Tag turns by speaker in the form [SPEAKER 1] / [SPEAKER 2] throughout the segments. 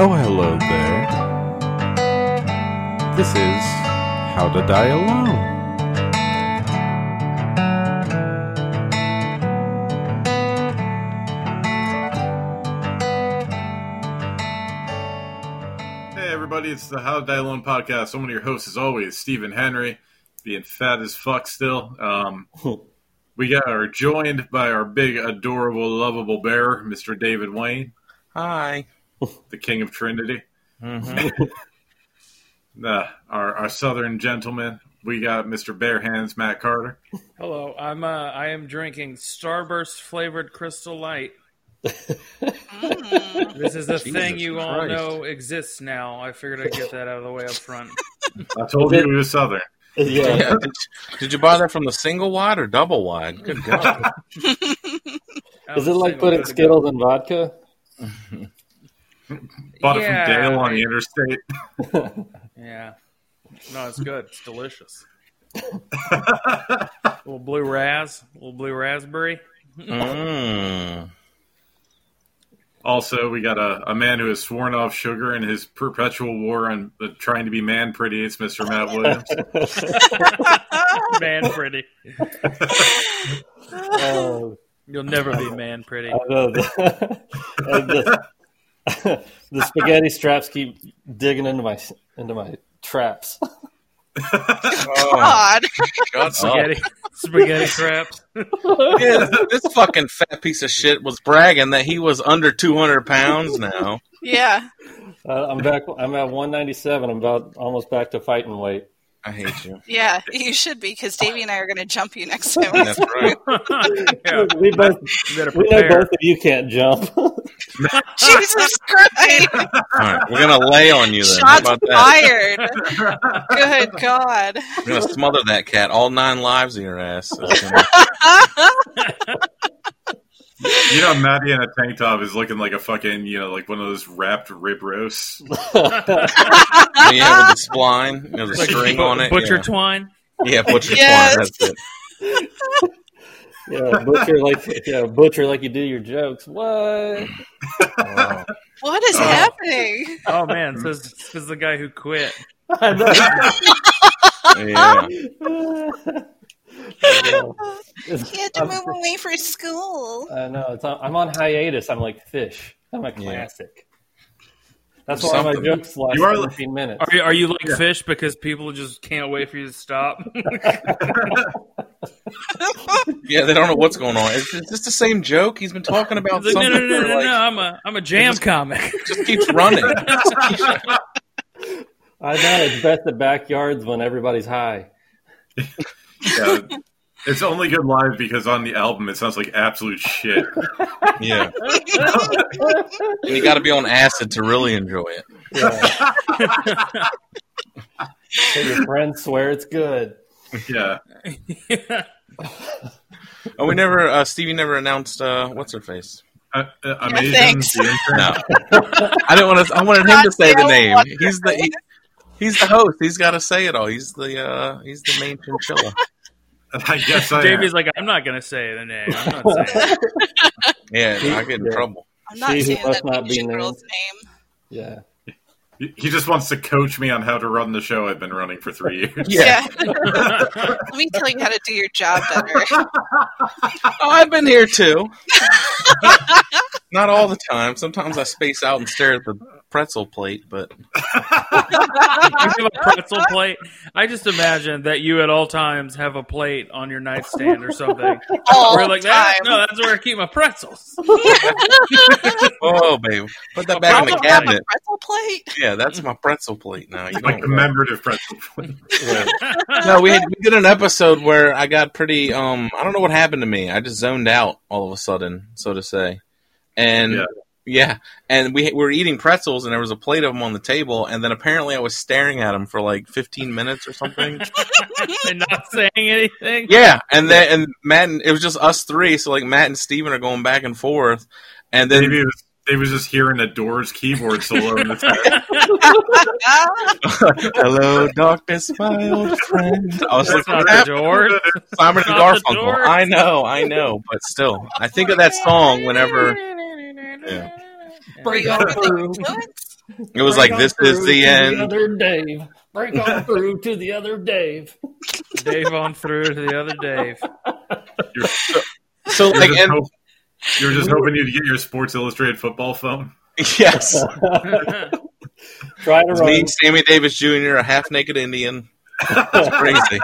[SPEAKER 1] Oh, hello there. This is How to Die Alone.
[SPEAKER 2] Hey, everybody, it's the How to Die Alone podcast. I'm one of your hosts, as always, Stephen Henry, being fat as fuck still. Um, we got are joined by our big, adorable, lovable bear, Mr. David Wayne,
[SPEAKER 3] Hi.
[SPEAKER 2] the king of Trinity,
[SPEAKER 3] Mhm.
[SPEAKER 2] uh, our, our southern gentleman. We got Mr. Bare Hands, Matt Carter.
[SPEAKER 4] Hello, I'm uh, I am drinking Starburst flavored Crystal Light. this is the
[SPEAKER 3] Jesus
[SPEAKER 4] thing you all
[SPEAKER 3] Christ.
[SPEAKER 4] know exists now. I figured I'd get that out of the way up front.
[SPEAKER 2] I told you we were southern.
[SPEAKER 3] Yeah.
[SPEAKER 5] Yeah.
[SPEAKER 3] uh, Did, did you buy that from the single wide or double wide? Good God.
[SPEAKER 4] I'm
[SPEAKER 5] Is it like
[SPEAKER 4] single,
[SPEAKER 5] putting
[SPEAKER 4] good to go.
[SPEAKER 5] Skittles in vodka?
[SPEAKER 2] Bought it
[SPEAKER 4] Yeah.
[SPEAKER 2] from Dale on the interstate.
[SPEAKER 4] Yeah. No, it's good. It's delicious. little blue raz, little blue raspberry.
[SPEAKER 3] Mm.
[SPEAKER 2] Also, we got a, a man who has sworn off sugar in his perpetual war on uh, trying to be man pretty. It's Mr. Matt Williams.
[SPEAKER 4] Man pretty.
[SPEAKER 5] Oh,
[SPEAKER 4] You'll never be man pretty.
[SPEAKER 5] I know the, the, the spaghetti straps keep digging into my into my traps.
[SPEAKER 3] Oh,
[SPEAKER 6] God.
[SPEAKER 3] shut up.
[SPEAKER 4] Spaghetti spaghetti traps.
[SPEAKER 3] Yeah, this fucking fat piece of shit was bragging that he was under 200 pounds now.
[SPEAKER 6] Yeah.
[SPEAKER 5] Uh, I'm back. I'm at 197. I'm about almost back to fighting weight.
[SPEAKER 3] I hate you.
[SPEAKER 6] Yeah. You should be because Davey and I are going to jump you next time.
[SPEAKER 3] That's right.
[SPEAKER 4] yeah,
[SPEAKER 5] we both
[SPEAKER 4] you better
[SPEAKER 5] we know both
[SPEAKER 4] prepare.
[SPEAKER 5] of you can't jump.
[SPEAKER 6] Jesus Christ.
[SPEAKER 3] All right. We're going to lay on you then. How
[SPEAKER 6] Shots
[SPEAKER 3] about that?
[SPEAKER 6] fired. Good God.
[SPEAKER 3] We're going to smother that cat. All nine lives of your ass. It's gonna-
[SPEAKER 2] You know, Maddie in a tank top is looking like a fucking, you know, like one of those wrapped rib roasts.
[SPEAKER 3] yeah, with the spline, you know, the
[SPEAKER 4] Like
[SPEAKER 3] string
[SPEAKER 4] bu-
[SPEAKER 3] on it.
[SPEAKER 4] Butcher
[SPEAKER 3] yeah.
[SPEAKER 4] twine.
[SPEAKER 3] yeah, butcher
[SPEAKER 6] Yes.
[SPEAKER 3] twine. That's it.
[SPEAKER 5] yeah, butcher like yeah, butcher like you do your jokes. What?
[SPEAKER 3] Wow.
[SPEAKER 6] What is
[SPEAKER 2] Oh.
[SPEAKER 6] happening?
[SPEAKER 4] Oh man, so this this is the guy who quit.
[SPEAKER 3] Yeah.
[SPEAKER 6] He had to move away for school.
[SPEAKER 5] I know. It's on, I'm on hiatus. I'm like fish. I'm a
[SPEAKER 3] Yeah.
[SPEAKER 5] classic. That's
[SPEAKER 3] Or
[SPEAKER 5] why my
[SPEAKER 3] something.
[SPEAKER 5] jokes last
[SPEAKER 2] You are-
[SPEAKER 5] 17 minutes.
[SPEAKER 4] Are you, are you like fish because people just can't wait for you to stop?
[SPEAKER 3] Yeah, they don't know what's going on. It's just, it's the same joke he's been talking about.
[SPEAKER 4] It's like, no,
[SPEAKER 3] something
[SPEAKER 4] no, no,
[SPEAKER 3] for,
[SPEAKER 4] no,
[SPEAKER 3] like,
[SPEAKER 4] no. I'm a I'm a jam comic.
[SPEAKER 3] Just Oh, keeps running.
[SPEAKER 5] I know it's best at backyards when everybody's high.
[SPEAKER 2] Yeah. it's only good live because on the album it sounds like absolute shit.
[SPEAKER 3] yeah, and you got to be on acid to really enjoy it.
[SPEAKER 5] Yeah. so your friends swear it's good.
[SPEAKER 2] Yeah.
[SPEAKER 3] Oh, we never. Uh, Stevie never announced uh, what's her face.
[SPEAKER 2] Uh, uh, amazing.
[SPEAKER 6] thanks.
[SPEAKER 2] The intern.
[SPEAKER 3] No, I didn't want to. I wanted him to say the name. He's the he, he's the host. He's got to say it all. He's the uh, he's the main chinchilla.
[SPEAKER 2] I guess I uh, am.
[SPEAKER 4] Davey's like, I'm not gonna say the name. I'm not saying. it."
[SPEAKER 3] Yeah, I get in trouble.
[SPEAKER 6] I'm not
[SPEAKER 5] She who
[SPEAKER 6] saying
[SPEAKER 5] must
[SPEAKER 6] that
[SPEAKER 5] not be
[SPEAKER 6] Asian
[SPEAKER 5] named.
[SPEAKER 6] girl's name.
[SPEAKER 5] Yeah.
[SPEAKER 2] He he just wants to coach me on how to run the show I've been running for three years.
[SPEAKER 3] Yeah.
[SPEAKER 6] Let me tell you how to do your job better.
[SPEAKER 3] Oh, I've been here too. Not all the time. Sometimes I space out and stare at the pretzel plate, but
[SPEAKER 4] You have a pretzel plate. I just imagine that you at all times have a plate on your nightstand or something.
[SPEAKER 6] All
[SPEAKER 4] We're like, that,
[SPEAKER 6] time.
[SPEAKER 4] no, that's where I keep my pretzels.
[SPEAKER 3] oh, babe, put that
[SPEAKER 4] A
[SPEAKER 3] back in the
[SPEAKER 6] Probably have a
[SPEAKER 3] cabinet.
[SPEAKER 6] pretzel plate.
[SPEAKER 3] Yeah, that's my pretzel plate now. You
[SPEAKER 2] Like
[SPEAKER 3] don't-
[SPEAKER 2] commemorative principle.
[SPEAKER 3] no, we, had, we did an episode where I got pretty. Um, I don't know what happened to me. I just zoned out all of a sudden, so to say. And
[SPEAKER 2] Yeah.
[SPEAKER 3] yeah, and we, we were eating pretzels, and there was a plate of them on the table, and then apparently I was staring at them for like 15 minutes or something.
[SPEAKER 4] and not saying anything.
[SPEAKER 3] yeah, and then and Matt and it was just us three, so like Matt and Steven are going back and forth, and then
[SPEAKER 2] Maybe it was, they was just hearing a Doors keyboard solo in the back.
[SPEAKER 6] Ah,
[SPEAKER 3] hello, darkness, my old friend. I was like,
[SPEAKER 4] That's not
[SPEAKER 3] "What
[SPEAKER 4] the
[SPEAKER 3] happened?"
[SPEAKER 4] door.
[SPEAKER 3] Simon and
[SPEAKER 4] Not the
[SPEAKER 3] Garfunkel.
[SPEAKER 4] Doors.
[SPEAKER 3] I know, I know, but still, I think of that song whenever. Yeah.
[SPEAKER 6] Were you over the influence?
[SPEAKER 3] It was like,
[SPEAKER 5] on
[SPEAKER 3] this
[SPEAKER 5] through
[SPEAKER 3] is the
[SPEAKER 5] to
[SPEAKER 3] end.
[SPEAKER 5] other Dave. Break on through to the other Dave.
[SPEAKER 4] Dave on through to the other Dave.
[SPEAKER 2] You're, so-
[SPEAKER 3] So,
[SPEAKER 2] you're
[SPEAKER 3] like,
[SPEAKER 2] just
[SPEAKER 3] and,
[SPEAKER 2] hope- you're just hoping you'd get your Sports Illustrated football phone.
[SPEAKER 3] yes.
[SPEAKER 5] Try to
[SPEAKER 3] It's me,
[SPEAKER 5] run.
[SPEAKER 3] Sammy Davis Jr., a half naked Indian. That's crazy.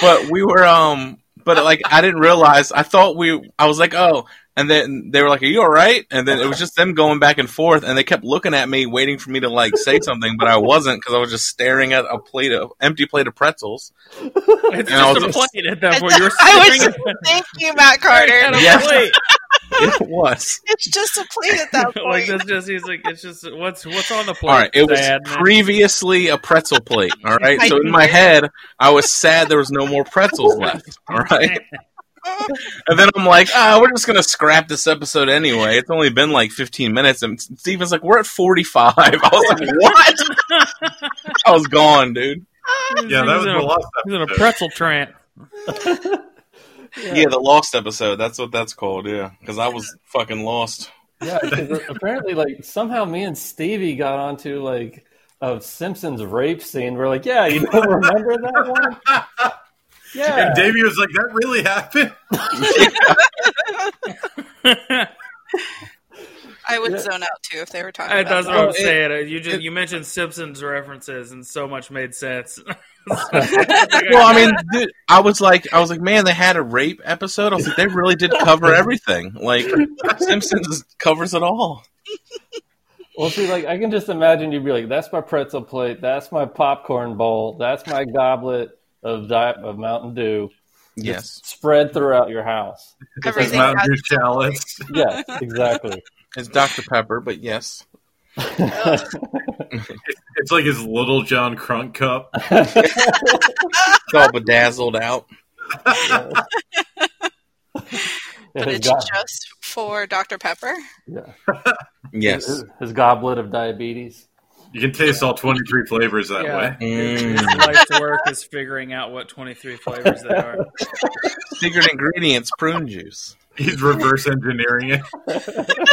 [SPEAKER 3] but we were um but like I didn't realize I thought we I was like, oh and then they were like, Are you alright? And then it was just them going back and forth and they kept looking at me waiting for me to like say something, but I wasn't because I was just staring at a plate of empty plate of pretzels.
[SPEAKER 4] It's
[SPEAKER 3] And I
[SPEAKER 4] just a
[SPEAKER 3] was just-
[SPEAKER 4] plate at that
[SPEAKER 6] I
[SPEAKER 4] point. You're
[SPEAKER 6] I was
[SPEAKER 4] staring
[SPEAKER 6] thinking about
[SPEAKER 4] at
[SPEAKER 6] Carter.
[SPEAKER 4] a
[SPEAKER 3] Yes.
[SPEAKER 4] plate.
[SPEAKER 3] It was.
[SPEAKER 6] It's just a plate at that
[SPEAKER 4] like
[SPEAKER 6] point.
[SPEAKER 4] that's just he's like it's just what's what's on the plate.
[SPEAKER 3] All right, it was
[SPEAKER 4] Dad?
[SPEAKER 3] previously a pretzel plate. All right, so in my head, I was sad there was no more pretzels left. All right, and then I'm like, ah, we're just gonna scrap this episode anyway. It's only been like 15 minutes, and Steven's like, we're at 45. I was like, what? I was gone, dude.
[SPEAKER 2] Yeah, that was
[SPEAKER 4] he's
[SPEAKER 2] the
[SPEAKER 4] in a,
[SPEAKER 2] last
[SPEAKER 4] he's in a
[SPEAKER 2] episode.
[SPEAKER 4] pretzel trance.
[SPEAKER 3] Yeah. the lost episode. That's what that's called. Yeah, because I was fucking lost.
[SPEAKER 5] Yeah, 'cause apparently, like somehow me and Stevie got onto like a Simpsons rape scene. We're like, yeah, you don't remember that one? Yeah,
[SPEAKER 2] And Davey was like, "That really happened."
[SPEAKER 6] I would zone out too if they were talking about
[SPEAKER 4] That's
[SPEAKER 6] that.
[SPEAKER 4] what I'm
[SPEAKER 3] it-
[SPEAKER 4] saying. Uh, You just
[SPEAKER 3] it-
[SPEAKER 4] you mentioned Simpsons references and so much made sense.
[SPEAKER 3] Well, I mean, dude, I was like, I was like, man, they had a rape episode. I was like, they really did cover everything. Like Simpsons covers it all.
[SPEAKER 5] Well, see, like I can just imagine you'd be like, "That's my pretzel plate. That's my popcorn bowl. That's my goblet of diet of Mountain Dew."
[SPEAKER 3] Yes.
[SPEAKER 5] Spread throughout your house.
[SPEAKER 2] That's
[SPEAKER 6] Everything
[SPEAKER 2] Mountain Dew
[SPEAKER 6] has-
[SPEAKER 2] chalice.
[SPEAKER 5] Yeah, exactly.
[SPEAKER 3] It's Dr. Pepper, but yes.
[SPEAKER 2] It's like his little John Crunk cup.
[SPEAKER 3] It's all bedazzled out.
[SPEAKER 6] But
[SPEAKER 5] his,
[SPEAKER 6] it's
[SPEAKER 5] go-
[SPEAKER 6] just for Dr. Pepper.
[SPEAKER 5] yeah.
[SPEAKER 3] Yes.
[SPEAKER 5] His, his goblet of diabetes.
[SPEAKER 2] You can taste all 23 flavors that
[SPEAKER 4] Yeah.
[SPEAKER 2] way.
[SPEAKER 3] Mm.
[SPEAKER 4] His life's work is figuring out what 23 flavors they are.
[SPEAKER 3] Secret ingredients, prune juice.
[SPEAKER 2] He's reverse engineering it.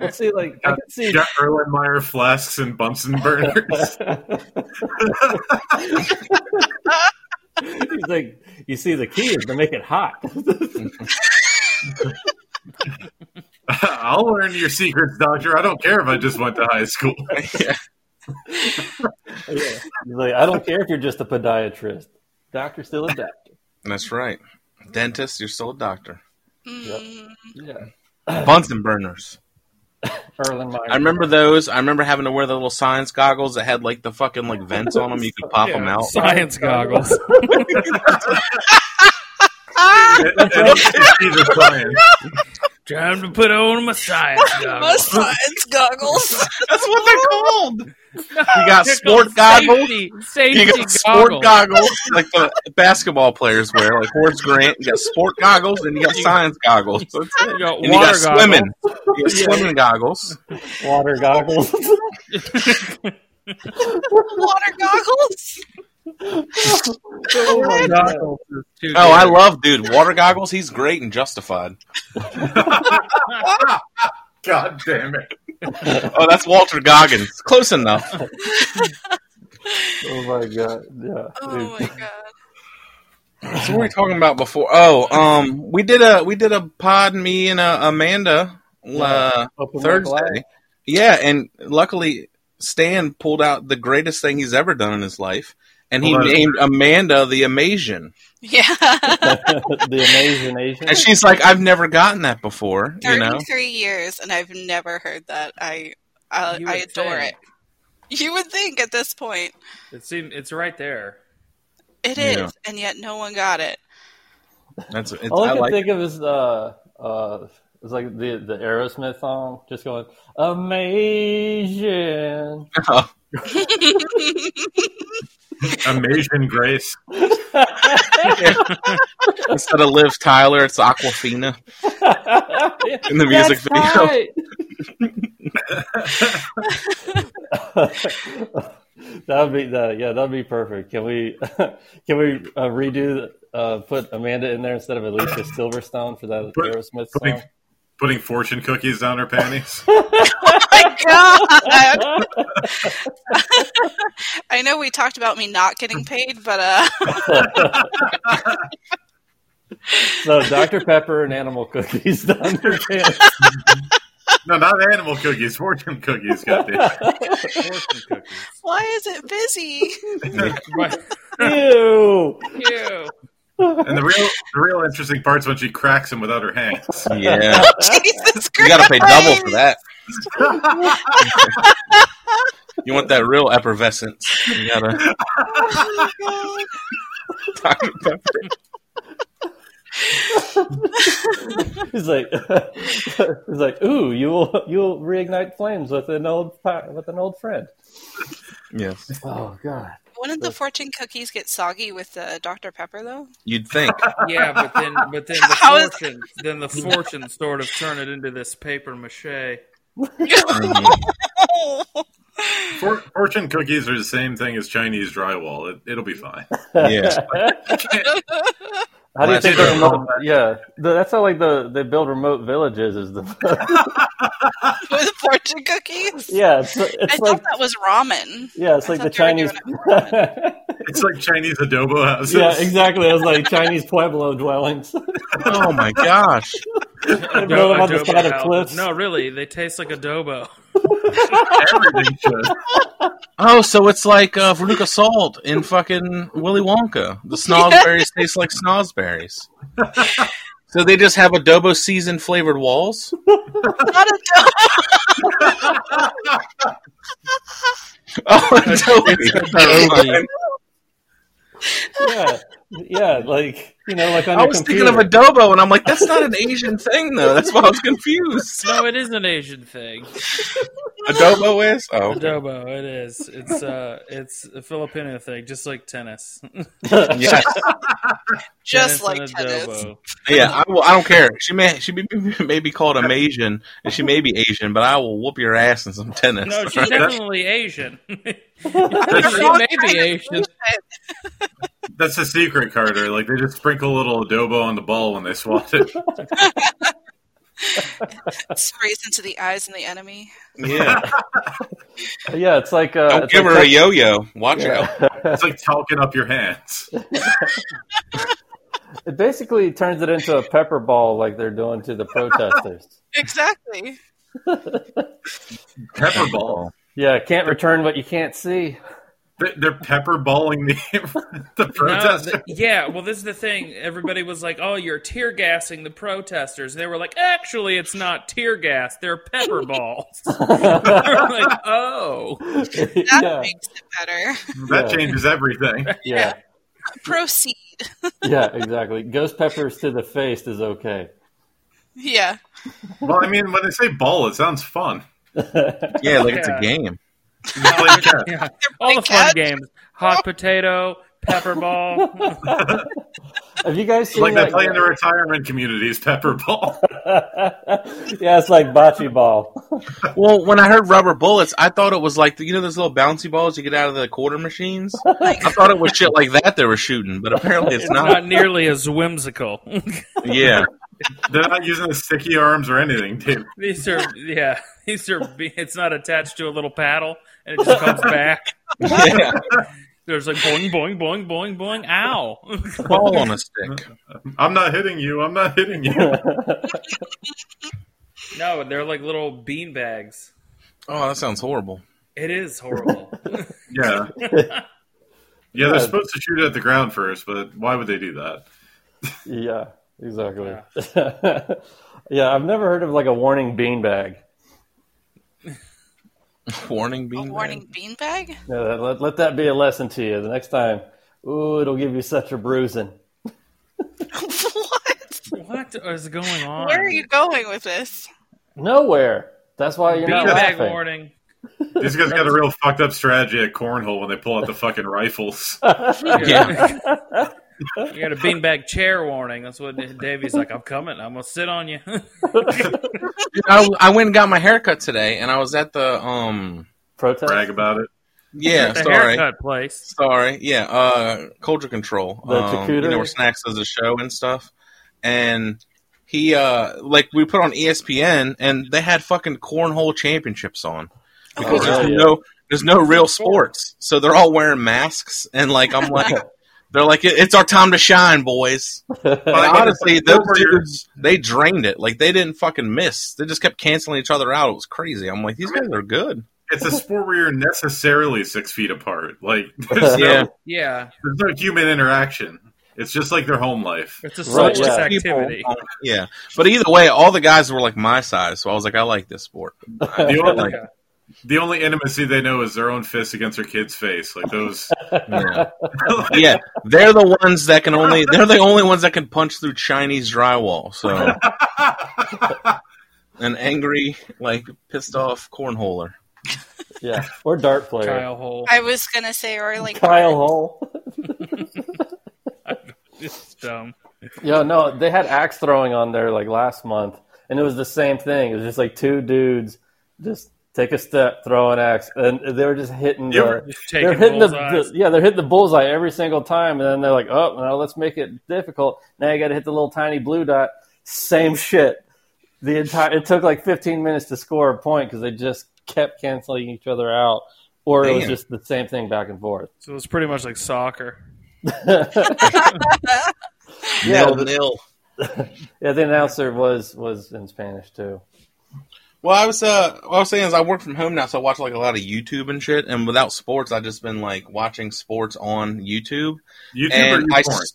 [SPEAKER 5] Well, see, like I can see.
[SPEAKER 2] He's got Erlenmeyer flasks and Bunsen burners.
[SPEAKER 5] He's like, you see, the key is to make it hot.
[SPEAKER 2] I'll learn your secrets, doctor. I don't care if I just went to high school.
[SPEAKER 5] Yeah. He's like, I don't care if you're just a podiatrist. Doctor's still a doctor.
[SPEAKER 3] That's right. Dentist, you're still a doctor.
[SPEAKER 6] Mm,
[SPEAKER 5] Yeah.
[SPEAKER 3] Bunsen burners.
[SPEAKER 5] Erlenmeyer.
[SPEAKER 3] I remember those. I remember having to wear the little science goggles that had like the fucking like vents on them. You could pop them out.
[SPEAKER 4] Science goggles.
[SPEAKER 6] Ah!
[SPEAKER 2] And- and he's a science.
[SPEAKER 4] Time to put on my science goggles.
[SPEAKER 6] Most science goggles.
[SPEAKER 3] That's what they're called. You got
[SPEAKER 4] They're
[SPEAKER 3] sport
[SPEAKER 4] called
[SPEAKER 3] goggles.
[SPEAKER 4] Safety,
[SPEAKER 3] You
[SPEAKER 4] safety
[SPEAKER 3] got sport
[SPEAKER 4] goggles.
[SPEAKER 3] goggles, like the basketball players wear, like Horace Grant. You got sport goggles, and you got science goggles. That's it.
[SPEAKER 4] You got
[SPEAKER 3] And you got
[SPEAKER 4] water goggles.
[SPEAKER 3] swimming. You got swimming goggles.
[SPEAKER 5] water goggles.
[SPEAKER 6] Water goggles.
[SPEAKER 5] oh my god.
[SPEAKER 4] Too
[SPEAKER 3] Oh, I
[SPEAKER 4] good.
[SPEAKER 3] love dude. Water goggles. He's great and justified.
[SPEAKER 2] God damn it.
[SPEAKER 3] Oh, that's Walter Goggins. Close enough.
[SPEAKER 5] Oh my god. Yeah.
[SPEAKER 6] Oh my god.
[SPEAKER 3] So what were we talking about before? Oh, um, we did a we did a pod me and uh, Amanda uh,
[SPEAKER 5] Open mic
[SPEAKER 3] Thursday.
[SPEAKER 5] live.
[SPEAKER 3] Yeah, and luckily Stan pulled out the greatest thing he's ever done in his life, and he
[SPEAKER 2] Hold on.
[SPEAKER 3] named Amanda the Amazian.
[SPEAKER 6] Yeah.
[SPEAKER 5] the amazing Asian.
[SPEAKER 3] And she's like, "I've never gotten that before," you know.
[SPEAKER 6] 33 years, and I've never heard that. I, I,
[SPEAKER 4] You
[SPEAKER 6] I
[SPEAKER 4] would
[SPEAKER 6] adore
[SPEAKER 4] think.
[SPEAKER 6] it. You would think at this point
[SPEAKER 4] It seemed, it's right there.
[SPEAKER 6] it is,
[SPEAKER 3] Yeah.
[SPEAKER 6] and yet no one got it.
[SPEAKER 3] That's it's,
[SPEAKER 5] All I
[SPEAKER 3] I
[SPEAKER 5] can
[SPEAKER 3] like.
[SPEAKER 5] think of is uh uh it's like the the Aerosmith song, just going amazing.
[SPEAKER 2] Amazing Grace.
[SPEAKER 3] Instead of Liv Tyler, it's Aquafina in the music
[SPEAKER 5] That's
[SPEAKER 3] video.
[SPEAKER 5] that would be that. Yeah, that'd be perfect. Can we can we uh, redo uh, put Amanda in there instead of Alicia Silverstone for that
[SPEAKER 2] Put-
[SPEAKER 5] Aerosmith
[SPEAKER 2] put-
[SPEAKER 5] song?
[SPEAKER 2] putting fortune cookies down her panties.
[SPEAKER 6] my god! I know we talked about me not getting paid, but uh,
[SPEAKER 5] So Dr. Pepper and animal cookies down your pants.
[SPEAKER 2] no, not animal cookies, fortune cookies. Goddamn.
[SPEAKER 7] Fortune cookies.
[SPEAKER 6] why is it busy?
[SPEAKER 4] Right.
[SPEAKER 5] Ew.
[SPEAKER 4] Ew.
[SPEAKER 2] And the real, the real interesting part's when she cracks him without her hands.
[SPEAKER 3] Yeah,
[SPEAKER 6] Jesus Christ!
[SPEAKER 3] you got to pay double for that. you want that real effervescence? You gotta
[SPEAKER 6] Oh my God.
[SPEAKER 3] Dr. Pepper.
[SPEAKER 5] He's like, he's like, ooh, you will, you will reignite flames with an old, fi- with an old friend.
[SPEAKER 3] Yes,
[SPEAKER 5] Oh God.
[SPEAKER 6] Wouldn't the fortune cookies get soggy with the Dr. Pepper though?
[SPEAKER 3] you'd think.
[SPEAKER 4] Yeah, but then but then the
[SPEAKER 6] How is-
[SPEAKER 4] fortune then the fortune sort of turn it into this paper mache.
[SPEAKER 3] Mhm.
[SPEAKER 6] Oh,
[SPEAKER 2] For, fortune cookies are the same thing as Chinese drywall. It, it'll be fine.
[SPEAKER 3] Yeah.
[SPEAKER 5] How do you
[SPEAKER 3] Last
[SPEAKER 5] think the
[SPEAKER 3] year.
[SPEAKER 5] remote? Yeah, the, that's how like the they build remote villages. Is the
[SPEAKER 6] with fortune cookies?
[SPEAKER 5] yeah, it's,
[SPEAKER 6] I
[SPEAKER 5] it's
[SPEAKER 6] thought
[SPEAKER 5] like
[SPEAKER 6] that was ramen.
[SPEAKER 5] yeah, it's like the
[SPEAKER 6] I thought they
[SPEAKER 5] Chinese.
[SPEAKER 6] were doing
[SPEAKER 2] It's like Chinese adobo houses.
[SPEAKER 5] yeah, exactly. It was like Chinese pueblo dwellings.
[SPEAKER 3] Oh my gosh.
[SPEAKER 5] They build them on the
[SPEAKER 4] Adobo
[SPEAKER 5] side of
[SPEAKER 4] house.
[SPEAKER 5] cliffs.
[SPEAKER 4] No, really, they taste like adobo.
[SPEAKER 2] Everything should.
[SPEAKER 3] Oh, so it's like uh, Veruca Salt in fucking Willy Wonka. The snozberries taste like snozberries. so they just have adobo season flavored walls.
[SPEAKER 6] Not a dough.
[SPEAKER 3] Oh, adobo.
[SPEAKER 5] Yeah, yeah, like you know, like on
[SPEAKER 3] I
[SPEAKER 5] your
[SPEAKER 3] was
[SPEAKER 5] computer.
[SPEAKER 3] thinking of adobo, and I'm like, that's not an Asian thing, though. That's why I was confused.
[SPEAKER 4] No, it is an Asian thing.
[SPEAKER 3] Adobo is oh,
[SPEAKER 4] Adobo, it is. It's uh it's a Filipino thing, just like tennis.
[SPEAKER 3] yeah,
[SPEAKER 6] Just like
[SPEAKER 4] and
[SPEAKER 6] tennis.
[SPEAKER 4] adobo.
[SPEAKER 3] yeah. I, will, I don't care. She may she may, may be called Amasian, and she may be Asian, but I will whoop your ass in some tennis.
[SPEAKER 4] No, she's definitely Asian. she may be Asian.
[SPEAKER 2] That's the secret, Carter. Like they just sprinkle a little adobo on the ball when they swat it.
[SPEAKER 6] Sprays into the eyes of the enemy.
[SPEAKER 3] yeah.
[SPEAKER 5] Yeah, it's like uh,
[SPEAKER 3] Don't
[SPEAKER 5] it's
[SPEAKER 3] give
[SPEAKER 5] like
[SPEAKER 3] her a yo-yo. Watch out.
[SPEAKER 2] It's like talking up your hands.
[SPEAKER 5] It basically turns it into a pepper ball, like they're doing to the protesters.
[SPEAKER 6] Exactly.
[SPEAKER 2] Pepper ball.
[SPEAKER 5] yeah, can't return what you can't see.
[SPEAKER 2] They- They're pepper balling the, the protesters.
[SPEAKER 4] No, th- yeah, well, this is the thing. Everybody was like, "Oh, you're tear gassing the protesters." They were like, "Actually, it's not tear gas; they're pepper balls." they were like, "Oh,
[SPEAKER 6] That
[SPEAKER 5] yeah,
[SPEAKER 6] makes it better.
[SPEAKER 2] that
[SPEAKER 5] Yeah.
[SPEAKER 2] changes everything.
[SPEAKER 5] yeah,
[SPEAKER 6] Proceed.
[SPEAKER 5] yeah, exactly. Ghost peppers to the face is okay.
[SPEAKER 6] Yeah.
[SPEAKER 2] Well, I mean, when they say ball, it sounds fun.
[SPEAKER 3] Yeah, like it's a
[SPEAKER 4] Yeah.
[SPEAKER 3] game.
[SPEAKER 2] You can play chess.
[SPEAKER 4] yeah. all the fun games: hot potato, pepper ball."
[SPEAKER 5] Have you guys
[SPEAKER 2] It's
[SPEAKER 5] seen
[SPEAKER 2] like they
[SPEAKER 5] that?
[SPEAKER 2] play in the retirement communities, pepper ball.
[SPEAKER 5] yeah, it's like bocce ball.
[SPEAKER 3] Well, when I heard rubber bullets, I thought it was like you know those little bouncy balls you get out of the quarter machines. I thought it was shit like that they were shooting, but apparently it's
[SPEAKER 4] It's
[SPEAKER 3] not.
[SPEAKER 4] not nearly as whimsical.
[SPEAKER 3] Yeah,
[SPEAKER 2] They're not using the sticky arms or anything, dude.
[SPEAKER 4] these are, yeah, these are. be- It's not attached to a little paddle, and it just comes back.
[SPEAKER 3] yeah.
[SPEAKER 4] There's like boing, boing, boing, boing, boing. Ow!
[SPEAKER 3] Ball on a stick.
[SPEAKER 2] I'm not hitting you. I'm not hitting you.
[SPEAKER 4] no, they're like little bean bags.
[SPEAKER 3] Oh, that sounds horrible.
[SPEAKER 4] It is horrible.
[SPEAKER 2] Yeah. Yeah, they're supposed to shoot at the ground first, but why would they do that?
[SPEAKER 5] yeah, exactly. Yeah. I've never heard of like a warning beanbag.
[SPEAKER 3] Warning
[SPEAKER 6] A
[SPEAKER 3] bean.
[SPEAKER 6] warning beanbag?
[SPEAKER 5] Yeah, that- let, let that be a lesson to you. The next time, ooh, it'll give you such a bruising.
[SPEAKER 6] what?
[SPEAKER 4] What is going on?
[SPEAKER 6] Where are you going with this?
[SPEAKER 5] Nowhere. That's why you're not
[SPEAKER 4] Beanbag
[SPEAKER 5] laughing.
[SPEAKER 4] warning.
[SPEAKER 2] These guys got a real fucked up strategy at cornhole when they pull out the fucking rifles.
[SPEAKER 3] Yeah.
[SPEAKER 4] you got a beanbag chair warning. That's what Davey's like. I'm coming. I'm gonna sit on you.
[SPEAKER 3] I, I went and got my haircut today, and I was at the um.
[SPEAKER 5] Protest. Oh,
[SPEAKER 2] Brag about it.
[SPEAKER 3] Yeah,
[SPEAKER 4] the
[SPEAKER 3] sorry,
[SPEAKER 4] haircut place.
[SPEAKER 3] sorry. Yeah, uh, culture control.
[SPEAKER 5] The
[SPEAKER 3] um, you
[SPEAKER 5] charcuterie?
[SPEAKER 3] know where Snacks does a show and stuff, and he uh like we put on ESPN and they had fucking cornhole championships on because
[SPEAKER 5] hell
[SPEAKER 3] there's
[SPEAKER 5] yeah.
[SPEAKER 3] no there's no real sports, so they're all wearing masks and like I'm like they're like "It- it's our time to shine, boys. But honestly, those dudes they drained it. Like they didn't fucking miss. They just kept canceling each other out. It was crazy. I'm like these guys are good.
[SPEAKER 2] it's a sport where you're necessarily six feet apart. Like there's
[SPEAKER 3] Yeah.
[SPEAKER 2] no
[SPEAKER 4] Yeah,
[SPEAKER 2] there's no human interaction. It's just like their home life.
[SPEAKER 4] it's a
[SPEAKER 5] Right,
[SPEAKER 4] social
[SPEAKER 5] yeah.
[SPEAKER 4] activity.
[SPEAKER 3] People- yeah, but either way, all the guys were like my size, so I was like I like this sport.
[SPEAKER 2] The only,
[SPEAKER 3] Like,
[SPEAKER 2] the only intimacy they know is their own fist against their kid's face. Like those.
[SPEAKER 3] yeah. yeah, they're the ones that can only they're the only ones that can punch through Chinese drywall. So an angry, like pissed off cornholer.
[SPEAKER 5] Yeah, or dart player. Kyle,
[SPEAKER 4] Kyle Hole.
[SPEAKER 6] I was gonna say, or like
[SPEAKER 5] Hall.
[SPEAKER 4] It's dumb.
[SPEAKER 5] Yo, no, they had axe throwing on there like last month, and it was the same thing. It was just like two dudes just take a step, throw an axe, and they were just hitting
[SPEAKER 2] You
[SPEAKER 5] the.
[SPEAKER 2] ever-
[SPEAKER 4] Just
[SPEAKER 5] they're
[SPEAKER 4] taking
[SPEAKER 5] hitting the,
[SPEAKER 4] bullseyes.
[SPEAKER 5] the yeah they're hitting the bullseye every single time and then they're like oh now let's make it difficult now you got to hit the little tiny blue dot same shit the entire it took like 15 minutes to score a point because they just kept canceling each other out or it was
[SPEAKER 3] Damn.
[SPEAKER 5] just the same thing back and forth
[SPEAKER 4] So it's pretty much like soccer.
[SPEAKER 5] Yeah,
[SPEAKER 3] nil
[SPEAKER 5] but-
[SPEAKER 3] nil.
[SPEAKER 5] yeah the announcer was was in spanish too
[SPEAKER 3] Well, I was uh, what I was saying is I work from home now, so I watch like a lot of YouTube and shit. And without sports, I've just been like watching sports on YouTube.
[SPEAKER 2] YouTube or
[SPEAKER 3] and
[SPEAKER 2] you
[SPEAKER 3] I
[SPEAKER 2] porn?
[SPEAKER 3] s-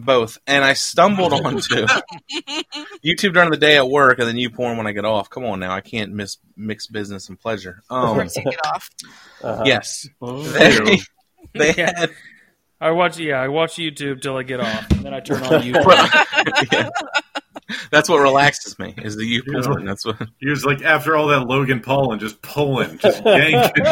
[SPEAKER 3] both and I stumbled onto YouTube during the day at work, and then you porn when I get off. Come on now, I can't miss mix business and pleasure. Um,
[SPEAKER 6] Take it off.
[SPEAKER 5] uh-huh.
[SPEAKER 3] yes,
[SPEAKER 5] Mhm.
[SPEAKER 3] they, they
[SPEAKER 4] Yeah.
[SPEAKER 3] had.
[SPEAKER 4] I watch. Yeah, I watch YouTube till I get off, and then I turn on YouTube.
[SPEAKER 3] yeah. That's what relaxes me is the you porn. That's what.
[SPEAKER 2] He was like after all that Logan Paul and just pulling, just yanking.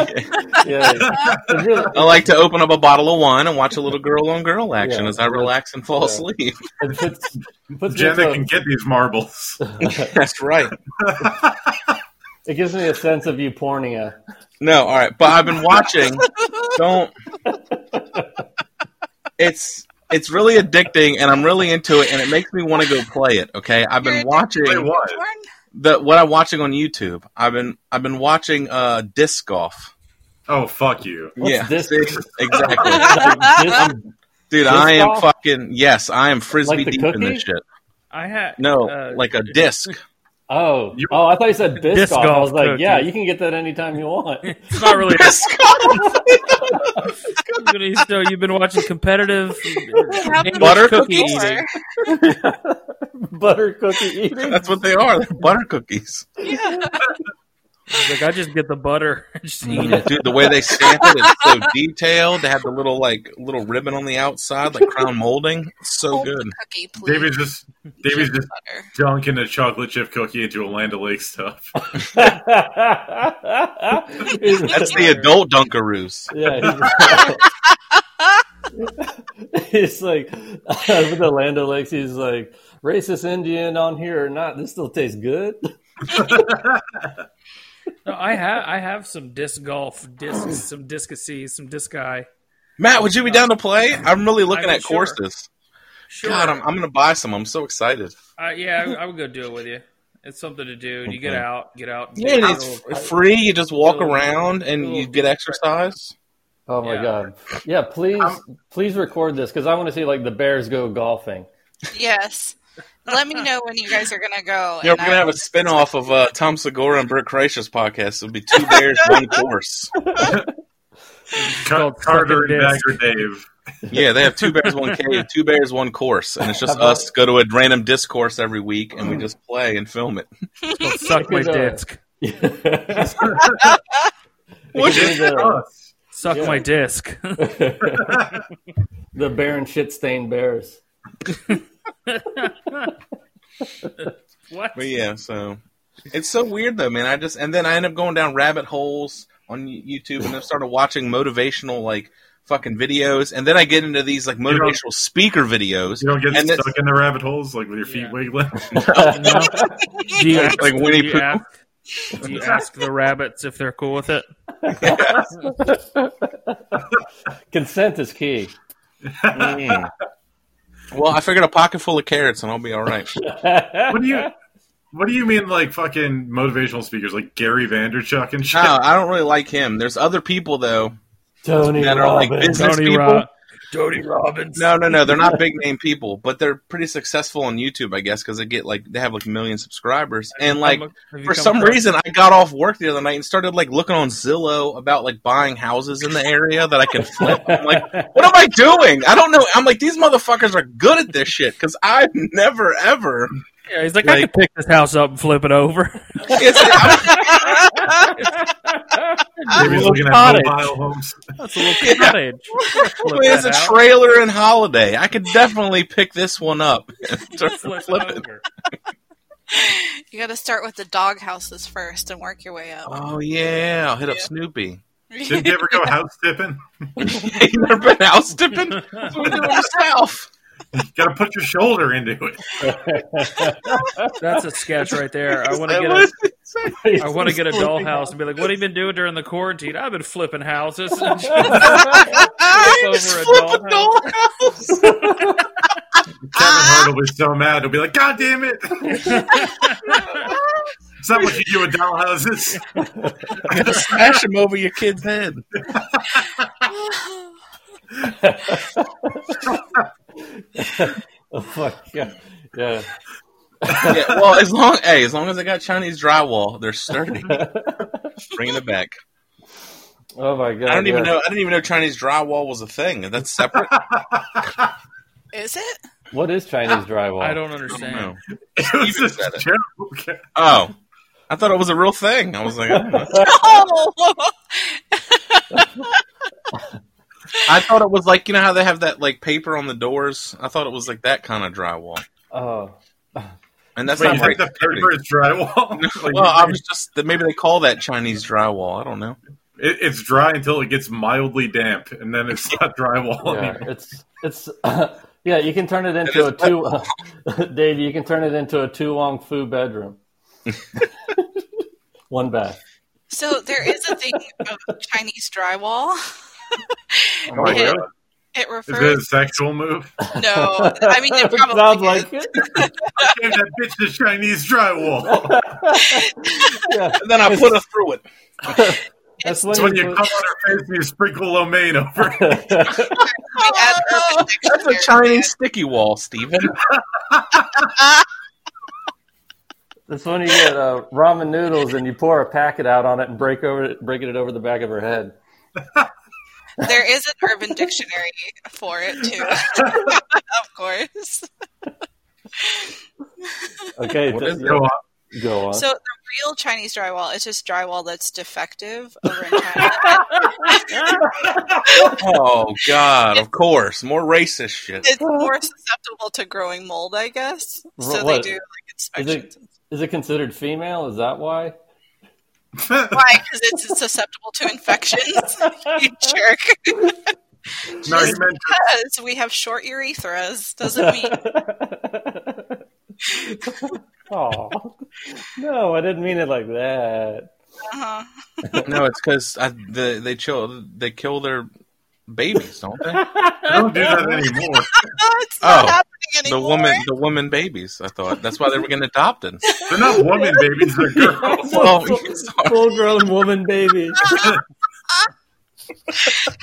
[SPEAKER 5] yeah It really-
[SPEAKER 3] I like to open up a bottle of wine and watch a little girl on girl action
[SPEAKER 5] Yeah.
[SPEAKER 3] as I relax and fall
[SPEAKER 5] Yeah.
[SPEAKER 3] asleep.
[SPEAKER 5] it puts- puts me into
[SPEAKER 2] Jenna
[SPEAKER 5] a-
[SPEAKER 2] can get these marbles.
[SPEAKER 3] That's right.
[SPEAKER 5] it gives me a sense of eupornia
[SPEAKER 3] No, all right, but I've been watching. Don't. It's it's really addicting, and I'm really into it, and it makes me want to go play it. Okay, I've been
[SPEAKER 2] Wait,
[SPEAKER 3] watching
[SPEAKER 2] what?
[SPEAKER 6] Porn?
[SPEAKER 3] the what I'm watching on YouTube. I've been I've been watching uh disc golf.
[SPEAKER 2] Oh fuck you!
[SPEAKER 5] What's
[SPEAKER 3] yeah,
[SPEAKER 5] disc?
[SPEAKER 3] see? exactly,
[SPEAKER 5] Like,
[SPEAKER 3] dude.
[SPEAKER 5] Disc
[SPEAKER 3] I am
[SPEAKER 5] golf?
[SPEAKER 3] fucking yes. I am frisbee
[SPEAKER 5] Like the
[SPEAKER 3] deep in
[SPEAKER 5] cookie?
[SPEAKER 3] this shit.
[SPEAKER 4] I had
[SPEAKER 3] No,
[SPEAKER 4] uh,
[SPEAKER 3] like a disc.
[SPEAKER 5] Oh,
[SPEAKER 2] You-
[SPEAKER 5] oh! I thought you said disc,
[SPEAKER 4] Disc
[SPEAKER 5] golf. I
[SPEAKER 4] golf
[SPEAKER 5] was like,
[SPEAKER 4] cookie.
[SPEAKER 5] yeah, you can get that anytime you want.
[SPEAKER 4] it's not really.
[SPEAKER 3] Disc golf.
[SPEAKER 4] so you've been watching competitive
[SPEAKER 6] They have them
[SPEAKER 3] Butter
[SPEAKER 6] before.
[SPEAKER 4] cookie eating.
[SPEAKER 5] Butter cookie eating.
[SPEAKER 3] That's what they are. They're butter cookies,
[SPEAKER 4] Like I just get the butter and just eat it.
[SPEAKER 3] dude. The way they stamp it is so detailed. They have the little like little ribbon on the outside, like crown molding. So
[SPEAKER 5] Oh,
[SPEAKER 6] Hold
[SPEAKER 3] good.
[SPEAKER 6] the cookie, please.
[SPEAKER 2] David's just David's just
[SPEAKER 6] Butter.
[SPEAKER 2] dunking a chocolate chip cookie into a Land O'Lakes stuff.
[SPEAKER 3] That's the adult Dunkaroos.
[SPEAKER 5] yeah. He's, he's like with the Land O'Lakes. He's like racist Indian on here or not. This still tastes good.
[SPEAKER 4] No, I have I have some disc golf discs, some discussies, some disc eye.
[SPEAKER 3] Matt, would you be down to play? I'm really looking
[SPEAKER 4] I'm
[SPEAKER 3] at
[SPEAKER 4] sure.
[SPEAKER 3] courses.
[SPEAKER 4] Sure.
[SPEAKER 3] God, I'm, I'm going to buy some. I'm so excited.
[SPEAKER 4] Uh, yeah, I, I would go do it with you. It's something to do. You get
[SPEAKER 3] Okay.
[SPEAKER 4] out, get out. and
[SPEAKER 3] Yeah,
[SPEAKER 4] do a
[SPEAKER 3] it's
[SPEAKER 4] little-
[SPEAKER 3] free. You just walk
[SPEAKER 4] little-
[SPEAKER 3] around and
[SPEAKER 4] little-
[SPEAKER 3] you get exercise.
[SPEAKER 5] Oh my
[SPEAKER 4] Yeah.
[SPEAKER 5] god. Yeah, please, please record this because I want to see like the Bears go golfing.
[SPEAKER 6] Yes. Let me know when you guys are gonna go.
[SPEAKER 3] Yeah, we're
[SPEAKER 6] and
[SPEAKER 3] going to
[SPEAKER 6] I-
[SPEAKER 3] have a spin off of uh, Tom Segura and Bert Kreischer's podcast. It'll be two bears, one course.
[SPEAKER 2] Car-
[SPEAKER 4] called
[SPEAKER 2] Carter
[SPEAKER 4] fucking
[SPEAKER 2] and
[SPEAKER 4] disc.
[SPEAKER 2] Bagger Dave.
[SPEAKER 3] Yeah, they have two bears, one cave, two bears, one course. And it's just us go to a random discourse every week and we just play and film it.
[SPEAKER 4] it's called suck my
[SPEAKER 5] Good, uh,
[SPEAKER 4] disc.
[SPEAKER 5] What is
[SPEAKER 2] Us.
[SPEAKER 4] Suck
[SPEAKER 5] yeah.
[SPEAKER 4] my disc.
[SPEAKER 5] the Baron shit stained bears.
[SPEAKER 4] what?
[SPEAKER 3] But yeah, so it's so weird though, man. I just and then I end up going down rabbit holes on Y- YouTube and then started watching motivational like fucking videos, and then I get into these like
[SPEAKER 2] don't-
[SPEAKER 3] motivational speaker videos.
[SPEAKER 2] You don't get
[SPEAKER 3] And it's-
[SPEAKER 2] stuck in the rabbit holes like with your feet
[SPEAKER 4] Yeah.
[SPEAKER 2] wiggling.
[SPEAKER 4] No. Do you ask,
[SPEAKER 3] Like Winnie
[SPEAKER 4] do you
[SPEAKER 3] Pooh.
[SPEAKER 4] ask- do you ask the rabbits if they're cool with it?
[SPEAKER 5] Consent is key.
[SPEAKER 3] Mm. Well, I figured a pocket full of carrots and I'll be all right.
[SPEAKER 5] Oh
[SPEAKER 2] What do you? What do you mean, like fucking motivational speakers, like Gary Vanderchuck and shit?
[SPEAKER 3] No, I don't really like him. There's other people though
[SPEAKER 5] Tony
[SPEAKER 3] that are like
[SPEAKER 5] Robbins.
[SPEAKER 3] business people.
[SPEAKER 4] Rob- Tony Robbins.
[SPEAKER 3] No, no, no. They're not big name people, but they're pretty successful on YouTube, I guess, because they get like they have like a million subscribers. And like
[SPEAKER 4] Have you
[SPEAKER 3] for
[SPEAKER 4] come
[SPEAKER 3] some
[SPEAKER 4] across-
[SPEAKER 3] reason, I got off work the other night and started like looking on Zillow about like buying houses in the area that I can flip. I'm like, what am I doing? I don't know. I'm like, these motherfuckers are good at this shit because I've never ever.
[SPEAKER 4] Yeah, he's like,
[SPEAKER 3] Like-
[SPEAKER 4] I could pick this house up and flip it over.
[SPEAKER 3] It's,
[SPEAKER 2] Maybe he's
[SPEAKER 4] Little
[SPEAKER 2] looking at
[SPEAKER 4] cottage.
[SPEAKER 2] mobile homes.
[SPEAKER 4] That's a little
[SPEAKER 3] Yeah.
[SPEAKER 4] cottage. Flip
[SPEAKER 3] it's
[SPEAKER 4] that
[SPEAKER 3] a
[SPEAKER 4] out.
[SPEAKER 3] trailer in holiday. I could definitely pick this one up. and turn-
[SPEAKER 4] Flip
[SPEAKER 3] flip
[SPEAKER 4] it
[SPEAKER 3] it.
[SPEAKER 4] over.
[SPEAKER 6] You got to start with the dog houses first and work your way up.
[SPEAKER 3] Oh yeah, I'll hit up
[SPEAKER 6] Yeah.
[SPEAKER 3] Snoopy.
[SPEAKER 2] Did you ever go house tipping?
[SPEAKER 3] Hey, you never been house dipping? That's what we do in the South.
[SPEAKER 2] Got to put your shoulder into it.
[SPEAKER 4] That's a sketch right there. I want to
[SPEAKER 3] That
[SPEAKER 4] get
[SPEAKER 3] was-
[SPEAKER 4] a, I want to get a dollhouse and be like, "What have you been doing during the quarantine? I've been flipping houses." And just
[SPEAKER 3] Ah, Just
[SPEAKER 4] flip over a
[SPEAKER 3] flip a
[SPEAKER 4] dollhouse.
[SPEAKER 2] Kevin
[SPEAKER 3] dollhouse.
[SPEAKER 2] Hart will be so mad. He'll be like, God damn it. It's not what you do with dollhouses.
[SPEAKER 3] Gotta smash him over your kid's head.
[SPEAKER 5] Oh my god! Yeah,
[SPEAKER 3] Yeah, well, as long hey, as long as they got Chinese drywall, they're sturdy. Bringing it back.
[SPEAKER 5] oh my god!
[SPEAKER 3] I don't even
[SPEAKER 5] yeah.
[SPEAKER 3] know. I didn't even know Chinese drywall was a thing. That's separate. I
[SPEAKER 6] Is it?
[SPEAKER 5] what is Chinese drywall.
[SPEAKER 4] I don't
[SPEAKER 3] don't
[SPEAKER 4] understand.
[SPEAKER 3] know.
[SPEAKER 2] It was
[SPEAKER 3] Steven
[SPEAKER 2] just
[SPEAKER 3] said
[SPEAKER 2] a
[SPEAKER 3] it.
[SPEAKER 2] joke.
[SPEAKER 3] Oh, I thought it was a real thing. I was like, I, don't know.
[SPEAKER 6] Oh,
[SPEAKER 3] I thought it was like you know how they have that like paper on the doors. I thought it was like that kind of drywall,
[SPEAKER 5] Oh,
[SPEAKER 3] and that's
[SPEAKER 2] Wait, you
[SPEAKER 3] not
[SPEAKER 2] think
[SPEAKER 3] right.
[SPEAKER 2] the paper is drywall? Like,
[SPEAKER 3] well, I was just that maybe they call that Chinese drywall. I don't know.
[SPEAKER 2] it, it's dry until it gets mildly damp, and then it's not drywall
[SPEAKER 5] yeah,
[SPEAKER 2] anymore.
[SPEAKER 5] it's it's yeah. You can turn it into a two, Dave. You can turn it into a two Wong Fu bedroom. One bath.
[SPEAKER 6] so there is a thing of Chinese drywall.
[SPEAKER 2] Oh my
[SPEAKER 6] Yeah.
[SPEAKER 2] God.
[SPEAKER 6] It
[SPEAKER 2] Is it a
[SPEAKER 6] refers.
[SPEAKER 2] sexual move?
[SPEAKER 6] No, I mean it probably
[SPEAKER 5] sounds
[SPEAKER 6] is.
[SPEAKER 5] like it.
[SPEAKER 2] I gave that bitch the Chinese drywall.
[SPEAKER 5] Yeah,
[SPEAKER 3] And then I put her through it.
[SPEAKER 5] that's
[SPEAKER 2] It's
[SPEAKER 5] what
[SPEAKER 2] when you come on her face and you sprinkle lo mein over it.
[SPEAKER 6] I mean, add urban
[SPEAKER 3] That's a
[SPEAKER 6] dictionary.
[SPEAKER 3] Chinese sticky wall, Steven.
[SPEAKER 5] That's when you get uh, ramen noodles and you pour a packet out on it and break over breaking it over the back of her head.
[SPEAKER 6] There is an urban dictionary for it too, of course.
[SPEAKER 5] Okay,
[SPEAKER 3] What
[SPEAKER 5] th-
[SPEAKER 3] is it?
[SPEAKER 2] Go on.
[SPEAKER 5] go on.
[SPEAKER 6] So the real Chinese drywall is just drywall that's defective over in China.
[SPEAKER 3] Oh God! Of course, more racist shit.
[SPEAKER 6] it's more susceptible to growing mold, I guess. So they
[SPEAKER 5] What?
[SPEAKER 6] do like inspections.
[SPEAKER 5] Is it considered female? Is that why?
[SPEAKER 6] Why? Because it's susceptible to infections. you jerk.
[SPEAKER 2] no, you meant
[SPEAKER 6] Because we have short urethras doesn't mean
[SPEAKER 5] oh no, I didn't mean it like that.
[SPEAKER 6] uh
[SPEAKER 3] No, it's because the, they chill. They kill their babies, don't they?
[SPEAKER 2] they don't do that anymore.
[SPEAKER 6] it's not
[SPEAKER 3] Oh,
[SPEAKER 6] happening
[SPEAKER 3] The
[SPEAKER 6] anymore.
[SPEAKER 3] woman, the woman babies. I thought that's why they were getting adopted.
[SPEAKER 2] They're not woman babies, they're girls.
[SPEAKER 3] Oh,
[SPEAKER 5] Full grown woman baby.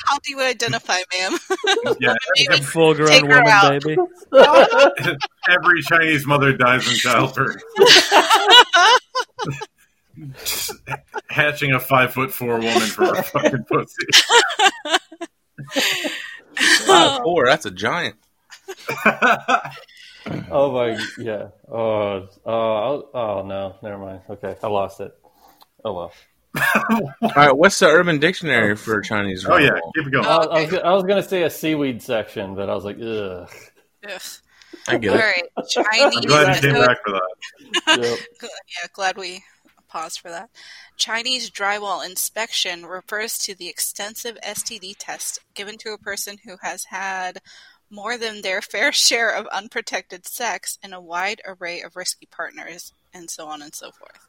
[SPEAKER 6] How do you identify, ma'am?
[SPEAKER 2] Yeah,
[SPEAKER 6] Maybe
[SPEAKER 4] Full grown
[SPEAKER 6] Take her
[SPEAKER 4] woman,
[SPEAKER 6] out.
[SPEAKER 4] baby.
[SPEAKER 5] Oh
[SPEAKER 2] every Chinese mother dies in childbirth. Hatching a five foot four woman for a fucking pussy.
[SPEAKER 3] Wow, four. That's a giant.
[SPEAKER 5] Oh my yeah. Oh oh oh no. Never mind. Okay, I lost it. Oh well.
[SPEAKER 3] All right, what's the Urban Dictionary for Chinese?
[SPEAKER 2] Oh yeah,
[SPEAKER 3] drywall?
[SPEAKER 2] keep it going.
[SPEAKER 5] I, I was, I was gonna say a seaweed section, but I was like, ugh.
[SPEAKER 6] Ugh.
[SPEAKER 3] I get
[SPEAKER 6] All
[SPEAKER 3] it.
[SPEAKER 6] right, Chinese.
[SPEAKER 2] I'm glad you came back for that.
[SPEAKER 5] Yep.
[SPEAKER 6] Yeah, glad we paused for that. Chinese drywall inspection refers to the extensive STD test given to a person who has had more than their fair share of unprotected sex in a wide array of risky partners, and so on and so forth.